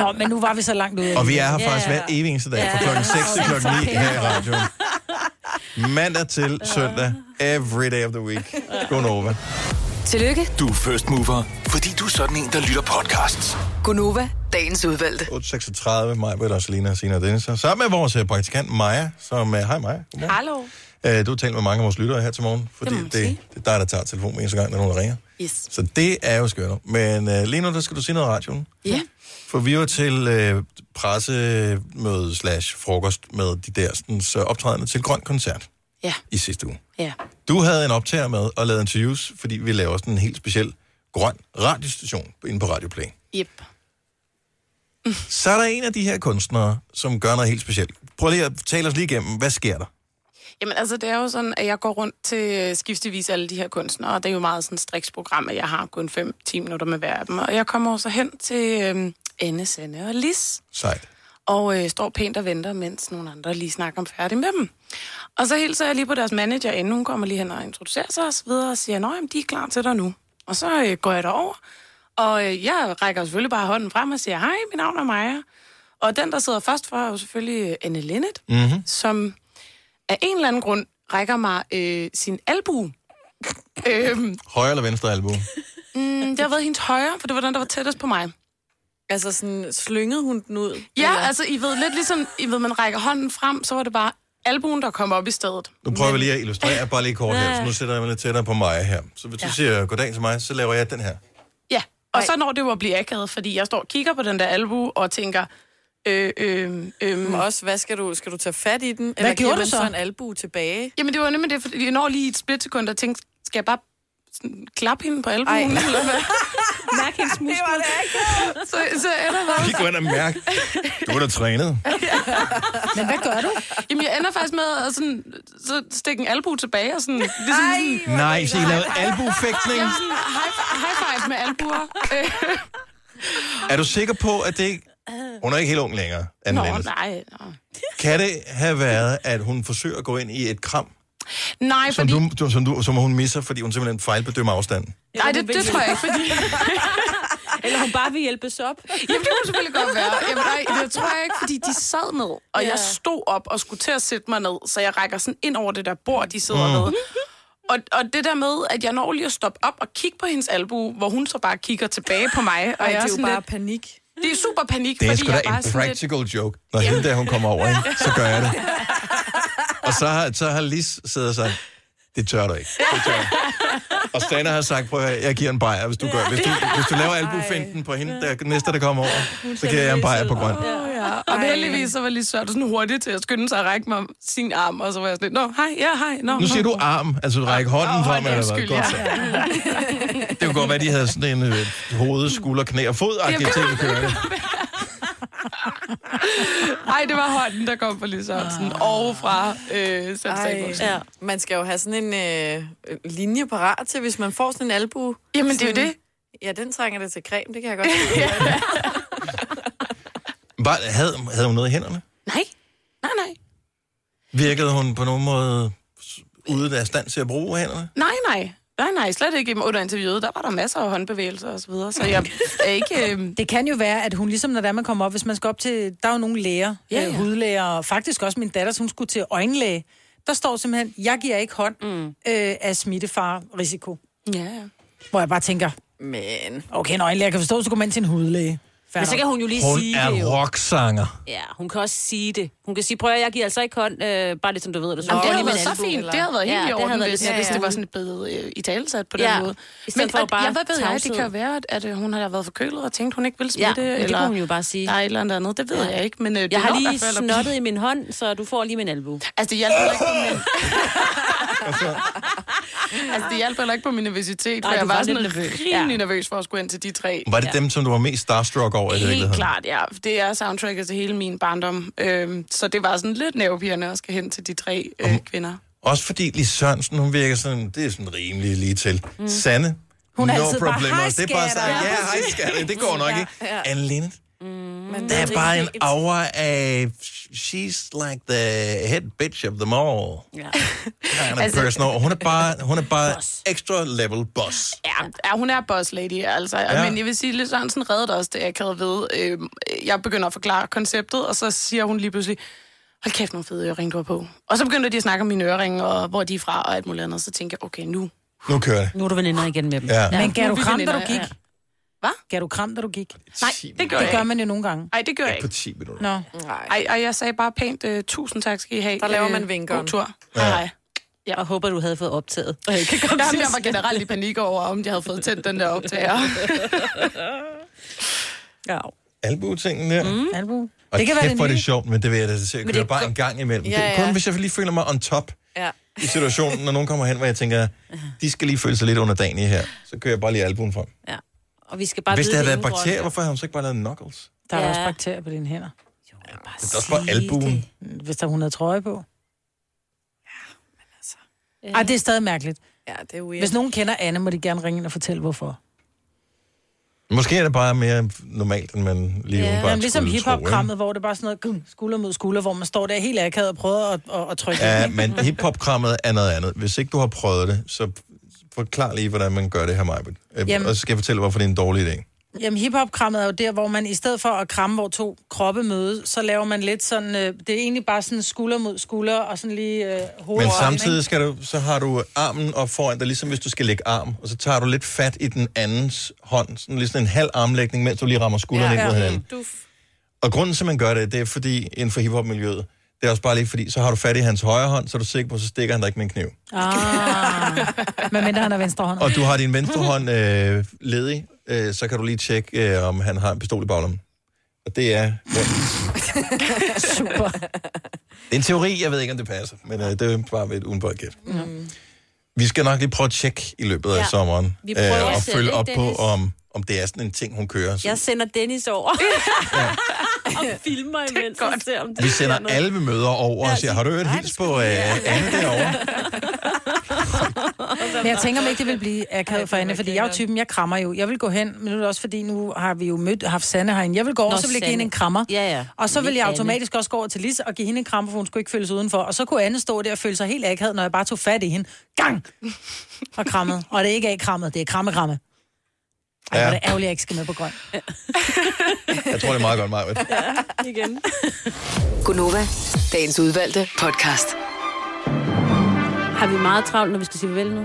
C: Nå, men nu var vi så langt ude.
A: Og vi er her faktisk hver evig eneste dag, fra klokken 6 til klokken 9 her i radioen. Mandag til søndag, every day of the week. Gonova.
H: Tillykke,
G: Du er first mover, fordi du er sådan en, der lytter podcasts.
H: Gunova, dagens udvalgte.
A: 8.36, mig, Britt og Selina og Sina og Dennis. Og Sammen med vores øh, praktikant Maja, som... øh, Hej Maja.
B: Hallo.
A: Øh, Du har talt med mange af vores lyttere her til morgen, fordi
Q: må
A: det,
Q: man
A: det, det er dig, der tager telefonen hver eneste gang, der er nogen, der ringer.
Q: Yes.
A: Så det er jo skørt. Men øh, lige nu, der skal du sige noget i radioen.
Q: Ja.
A: For vi var til øh, pressemøde slash frokost med de der sådan, så optrædende til Grøn Koncert
Q: Ja.
A: i sidste uge.
Q: Ja.
A: Du havde en optager med og lavede interviews, fordi vi laver sådan en helt speciel grøn radiostation inde på Radio Play.
Q: Yep.
A: Så er der en af de her kunstnere, som gør noget helt specielt. Prøv lige at tale os lige igennem, hvad sker der?
Q: Jamen altså, det er jo sådan, at jeg går rundt til øh, skiftevis alle de her kunstnere, og det er jo meget sådan et striksprogram, at jeg har kun 5-10 minutter med hver af dem. Og jeg kommer så hen til øhm, Anne, Sanne og Lis,
A: Sejt.
Q: og øh, står pænt og venter, mens nogle andre lige snakker om færdig med dem. Og så hilser jeg lige på deres manager, inden hun kommer lige hen og introducerer sig og så videre, og siger, at de er klar til dig nu. Og så øh, går jeg derover, og øh, jeg rækker selvfølgelig bare hånden frem og siger, hej, mit navn er Maja. Og den, der sidder først for, er jo selvfølgelig øh, Anne Linnet,
F: Mhm.
Q: som af en eller anden grund rækker mig øh, sin albue. øhm,
A: Højre eller venstre albue?
Q: mm, det har været hendes højre, for det var den, der var tættest på mig.
D: Altså sådan, slyngede hun den ud?
Q: Ja, eller? altså, I ved lidt ligesom, I ved, man rækker hånden frem, så var det bare albuen, der kom op i stedet.
A: Nu prøver vi lige at illustrere bare lige kort her,
Q: Ja.
A: så nu sætter jeg mig lidt tættere på mig her. Så hvis du
Q: Ja.
A: siger goddag til mig, så laver jeg den her.
Q: Ja, og så når det jo at blive akavet, fordi jeg står og kigger på den der albu og tænker, øh, øh, øh,
D: Men øhm, også, hvad skal du, skal du tage fat i den? Hvad
Q: gjorde
D: giver
Q: du
D: man
Q: så?
D: så en albu tilbage?
Q: Jamen, det var nemlig det, fordi jeg når lige i et splitsekund og tænkte, skal jeg bare sådan klappe hende på albuen?
D: Ej.
Q: Eller hvad?
B: Mærk hendes muskler.
Q: Det var det ikke. så, så ender jeg
A: Vi går ind og mærke, du er da trænet.
Q: Men hvad gør du? Jamen, jeg ender faktisk med at sådan, så stikke en albu tilbage og sådan... Ligesom sådan
A: Nej, så I lavede albuefægtning.
Q: Jamen, sådan high, high five med albuer. Øh,
A: Er du sikker på, at det ikke... Hun er ikke helt ung længere, Anne
Q: Nå,
A: Linnet.
Q: nej. nå.
A: Kan det have været, at hun forsøger at gå ind i et kram,
Q: Nej,
A: som,
Q: fordi...
A: du, du, som, du, som hun misser, fordi hun simpelthen fejlbedømmer afstanden?
Q: Nej, det, det tror jeg ikke, fordi...
B: Eller hun bare vil hjælpes op.
Q: Jamen, det kunne selvfølgelig godt være. Jamen, nej, det tror jeg ikke, fordi de sad ned, og
B: Ja.
Q: jeg stod op og skulle til at sætte mig ned, så jeg rækker sådan ind over det der bord, de sidder
F: Mm.
Q: mm. ved. Og, og det der med, at jeg når lige at stoppe op og kigge på hendes albu, hvor hun så bare kigger tilbage på mig.
D: Ej,
Q: Og jeg
D: det er jo
Q: sådan
D: bare
Q: lidt... panik. Det er super panik,
A: Det er
Q: fordi
A: sgu da
Q: jeg bare
A: en
Q: sådan lidt-
A: practical lidt... joke. Når hende der, hun kommer over, ikke? så gør jeg det. Og så har, så har Lis siddet og sagt, det tør du ikke. Det tør. du ikke." Og Stana har sagt, prøv at høre, jeg giver en bajer, hvis du gør. Hvis du, hvis du laver albuefinden på hende, der næste, der kommer over, så giver jeg en bajer på grøn.
Q: Åh, ja. Og heldigvis så var lige sørt sådan hurtigt til at skynde sig at række mig sin arm, og så var jeg sådan lidt, nå, hej, ja, hej, nå.
A: Nu siger du arm, altså du rækker hånden frem, eller hvad?
Q: undskyld,
A: Godt så.
Q: ja.
A: Det kunne godt være, de havde sådan en øh, hoved, skulder, knæ og fod
Q: Jamen, det
A: ting
Q: var-
A: kørende.
Q: Ej, det var hånden, der kom på Lis Sørensen. Og fra øh, Sam Samuelsen.
D: ja. Man skal jo have sådan en øh, linje parat til, hvis man får sådan en albu.
Q: Jamen, det er jo
D: Sådan-
Q: det.
D: Ja, den trænger det til creme, det kan jeg godt se.
A: Var, havde, havde hun noget i hænderne?
Q: Nej, nej, nej.
A: Virkede hun på nogen måde s- ude af stand til at bruge hænderne?
Q: Nej, nej. Nej, nej, slet ikke. Under interviewet, der var der masser af håndbevægelser og så videre, så jeg er ikke... Øh...
C: Det kan jo være, at hun ligesom når der man kommer op, hvis man skal op til, der er jo nogle læger,
Q: Ja,
C: ja,
Q: ja.
C: ja. Øh, hudlæger, og faktisk også min datter, så hun skulle til øjenlæge. Der står simpelthen, jeg giver ikke hånd mm. øh, af smittefare-risiko.
Q: Ja, ja.
C: Hvor jeg bare tænker,
D: Men...
C: okay, en øjenlæge, jeg kan forstå, så går man til en hudlæge.
B: Men så kan hun jo lige
A: Hun
B: sige
A: er
B: det jo.
A: rocksanger.
B: Ja, hun kan også sige det. Hun kan sige, prøv at høre, jeg giver altså ikke hånd, øh, bare lidt som du ved det.
Q: Jamen, det
B: Lige
Q: havde
B: med
Q: været
B: en
Q: så
B: albu,
Q: fint.
B: eller-
Q: Det havde været helt
B: Ja,
Q: i
B: det
Q: orden,
B: havde været
Q: hvis,
B: lidt- ja,
Q: hvis
B: ja.
Q: det var sådan blevet øh, i talesat på den
B: Ja.
Q: måde.
B: I stedet
Q: Men
B: for
Q: at,
B: bare
Q: ja, hvad ved jeg, det
B: tavshed.
Q: kan jo være, at, at hun har været forkølet og tænkt, hun ikke ville
B: Ja,
Q: smitte.
B: men det kunne
Q: eller,
B: hun jo bare sige.
Q: Der er et eller andet andet, det ved ja. jeg ikke. Men, øh, det
B: Jeg har
Q: når i
B: lige
Q: hvert fald at blive-
B: snottet i min hånd, så du får lige min albu.
Q: Altså, det hjalp heller ikke på min... altså, det hjalp heller ikke på min nervøsitet, for
B: Nej, du
Q: jeg
B: var
Q: var
B: lidt
Q: sådan
B: nervøs.
Q: rimelig nervøs for at skulle ind til de tre.
A: Var det
Q: Ja.
A: dem, som du var mest starstruck over i
Q: Helt
A: virkeligheden?
Q: klart, ja. Det er soundtracket til hele min barndom. Øhm, så det var sådan lidt nervepirrende at skal hen til de tre øh, kvinder.
A: Også fordi Lis Sørensen, hun virker sådan, det er sådan rimelig lige til. Mm. Sande,
Q: Hun er
A: no
Q: altid bare,
A: problemer.
Q: "Hej,
A: det er bare sådan,
Q: skatter."
A: ja, hej skatter, det går nok
Q: Ja,
A: ikke.
Q: ja.
A: Anne Linnet,
D: Men
A: der er bare en aura af, she's like the head bitch of them all.
Q: Ja.
A: Kind of
Q: Altså-
A: person. Og Hun er bare, hun er bare extra level boss.
Q: Ja, ja, hun er boss lady, altså.
A: Ja.
Q: Ja. Men jeg vil sige, at Sørensen reddede også det, jeg kan ved. Øhm, Jeg begynder at forklare konceptet, og så siger hun lige pludselig, hold kæft, nogle fede øring, du har på. Og så begynder de at snakke om mine øring, og hvor de er fra, og alt muligt andet. Så tænker jeg, okay, nu.
A: Nu kører det.
B: Nu er du veninder igen med dem.
A: Ja.
C: Men gav
Q: Nu
C: du
Q: er vi
C: kram, da
Q: veninder,
C: du gik?
Q: ja. Hvad?
C: Gav du kram, da du gik?
Q: Nej, det gør
C: det
Q: jeg
C: gør
Q: ikke.
C: man jo nogle gange.
Q: Nej, det gør jeg
A: På
Q: ikke.
A: 10 minutter.
C: Nå.
Q: Ej, og jeg sagde bare pænt, øh, tusind tak skal I have.
D: Der laver
Q: Øh,
D: man vinkeren.
Q: God tur.
A: Ja.
Q: Hej.
B: Ja. Og håber, du havde fået optaget.
Q: Og jeg, kan komme Jamen, jeg var generelt i panik over, om jeg havde fået tændt den der optager.
B: ja.
A: Albuetingen der. Mm.
C: Albu.
A: Og det
C: Det kan
A: kan
C: være
A: kæft,
C: det
A: hvor er det
C: nye.
A: sjovt, men det vil jeg da
C: Men
A: se,
C: det
A: køre
C: er
A: bare
C: go-
A: en gang imellem.
C: Ja,
A: Ja, ja.
C: ja.
A: Kun hvis jeg lige føler mig on top
D: Ja.
A: i situationen, når nogen kommer hen, hvor jeg tænker, de skal lige føle sig lidt under dagen i her, så kører jeg bare lige albuen frem.
B: Ja. Og vi skal bare
A: hvis
B: vide
A: det havde været
B: inden for os.
A: bakterier, hvorfor havde hun så ikke bare lavet knuckles?
C: Der er ja.
B: Ja.
C: også bakterier på dine hænder.
A: Det er også bare albuen.
C: Hvis der er 100 trøje på. Ja, men altså... Ej, det er stadig mærkeligt.
D: Ja, det er weird.
C: Hvis nogen kender Anne, må de gerne ringe ind og fortælle, hvorfor.
A: Måske er det bare mere normalt, end man lige
C: Ja,
A: ja,
C: men ligesom
A: skulle tro, ikke?
C: hiphop-krammet, hvor det er bare sådan noget gum, skulder mod skulder, hvor man står der helt akavet og prøver at, at, at trykke.
A: Ja, men hiphop-krammet er noget andet. Hvis ikke du har prøvet det, så forklar lige, hvordan man gør det her, Majbet.
C: Jamen.
A: Jamen. Og så skal jeg fortælle, hvorfor det er en dårlig idé.
C: Jamen, hiphop-krammet er jo der, hvor man i stedet for at kramme, hvor to kroppe mødes, så laver man lidt sådan, øh, det er egentlig bare sådan skulder mod skulder, og sådan lige øh, hovedet.
A: Men samtidig skal du, så har du armen op foran dig, ligesom hvis du skal lægge arm, og så tager du lidt fat i den andens hånd, sådan lidt sådan en halv armlægning, mens du lige rammer skuldrene ja, ind mod hinanden.
D: Du
A: Og grunden til, at man gør det, det er fordi, inden for hiphop-miljøet, det er også bare lige fordi, så har du fat i hans højre hånd, så er du sikker på, så stikker han dig ikke med en kniv.
C: Ah, medmindre han har venstre hånd.
A: Og du har din venstre hånd øh, ledig, øh, så kan du lige tjekke, øh, om han har en pistol i baglommen. Og det er, ja,
C: Super.
A: det er en teori, jeg ved ikke, om det passer, men øh, det er bare et udenbart gæt. Vi skal nok lige prøve at tjekke i løbet af
B: Mm. Ja.
A: sommeren, øh,
B: Vi prøver
A: og
B: selv,
A: følge
B: ikke,
A: op
B: Dennis?
A: på, om, om det er sådan en ting, hun kører. Så
B: Jeg sender Dennis over. og filmer imens og ser, om det
A: vi
B: sker
A: sender
B: noget.
A: alle møder over og siger, har du hørt hils på øh, Anne derovre?
C: Men jeg tænker, om ikke det vil blive akavet for Anne, fordi jeg er jo typen, jeg krammer jo. Jeg vil gå hen, men nu er det også fordi, nu har vi jo mødt, haft Sanne herinde. Jeg vil gå over,
B: Nå,
C: Nå, så vil jeg give
B: Sanne.
C: hende en krammer.
B: Ja, ja.
C: Og så
B: Men
C: vil
B: ikke
C: jeg
B: Anne.
C: automatisk også gå over til Lis og give hende en krammer, for hun skulle ikke føles udenfor. Og så kunne Anne stå der og føle sig helt akavet, når jeg bare tog fat i hende. Gang! Og krammede. Og det er ikke af-krammet, det er kramme-kramme. Ej, ja.
A: Ja.
C: hvor er det ærgerligt, jeg ikke skal med på grøn.
A: Jeg tror, det er meget godt, Marvind.
B: Igen.
H: Gunova, dagens udvalgte podcast.
B: Har vi meget travlt, når vi skal sige farvel nu?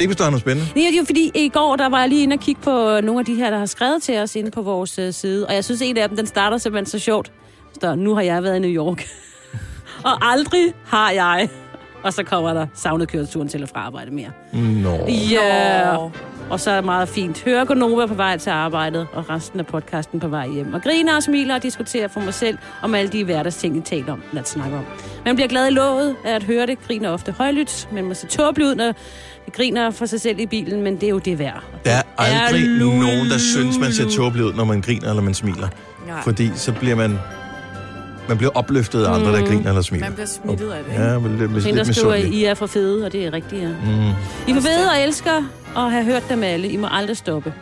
A: Ikke hvis du har noget spændende.
B: Nej, det er jo fordi, i går der var jeg lige inde og kigge på øh, nogle af de her, der har skrevet til os inde på vores øh, side. Og jeg synes, en af dem, den starter simpelthen så sjovt. Så nu har jeg været i New York. og aldrig har jeg. Og så kommer der savnet køreturen til og fra arbejde mere.
A: Nå.
B: Ja. Og så er det meget fint. Hør Gonova på vej til arbejdet, og resten af podcasten på vej hjem. Og griner og smiler og diskuterer for mig selv om alle de hverdagsting, I taler om, lad os snakke om. Man bliver glad i låget af at høre det, griner ofte højlydt, men man ser tåbelig ud, når de griner for sig selv i bilen, men det er jo det værd.
A: Der er aldrig
B: Er
A: er
B: lulu.
A: nogen, der synes, man ser tåbelig ud, når man griner eller man smiler.
B: Nej.
A: Fordi så bliver man... Man bliver opløftet af andre, der
B: Mm.
A: griner eller smiler.
B: Man bliver smittet af det, ikke?
A: Ja, men det er
B: Så en, der
A: lidt
B: skriver,
A: misundeligt.
B: I er for fede, og det er rigtigt, ja.
A: Mm.
B: I er for fede og elsker at have hørt dem alle. I må aldrig stoppe.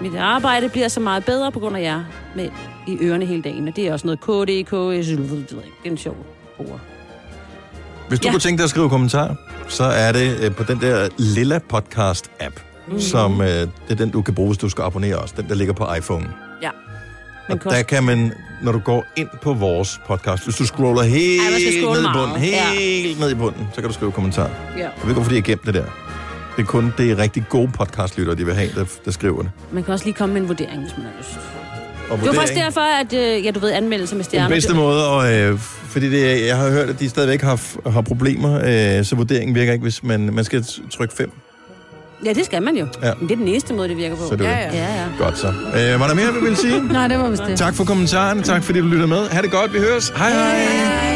B: Mit arbejde bliver så meget bedre på grund af jer med i ørerne hele dagen. Og det er også noget KDK. Det er en sjov ord.
A: Hvis du
B: Ja.
A: ja. kunne tænke dig at skrive kommentarer, så er det øh, på den der lilla podcast-app,
B: Mhm.
A: mm. som øh, det er den, du kan bruge, hvis du skal abonnere os. Den, der ligger på iPhone.
B: Ja.
A: Og der kan man, når du går ind på vores podcast, hvis du scroller helt
B: Ej, man skal scrolle
A: ned i
B: meget.
A: bunden, helt ned i bunden, så kan du skrive kommentarer.
B: Ja.
A: Jeg ved ikke, hvorfor de har gemt det der. Det er kun det er rigtig gode podcastlyttere, de vil have, der, der skriver det.
B: Man kan også lige komme med en vurdering, hvis man har lyst.
A: Og
B: Det var faktisk
A: vurdering-
B: derfor, at øh, ja, du ved, anmeldelser med stjerner.
A: Den bedste måde, og, øh, fordi det, jeg har hørt, at de stadigvæk har, f- har problemer, øh, så vurderingen virker ikke, hvis man, man skal t- trykke 5.
B: Ja, det skal man jo.
A: Ja.
B: Men det er den eneste måde, det virker på.
A: Så er det jo
B: ja,
A: det.
B: ja. ja.
A: Godt så. Øh, var der mere, vi ville sige?
C: Nej, det var vist det.
A: Tak for kommentaren, tak fordi du lytter med. Ha' det godt, vi høres. Hej hej. hej.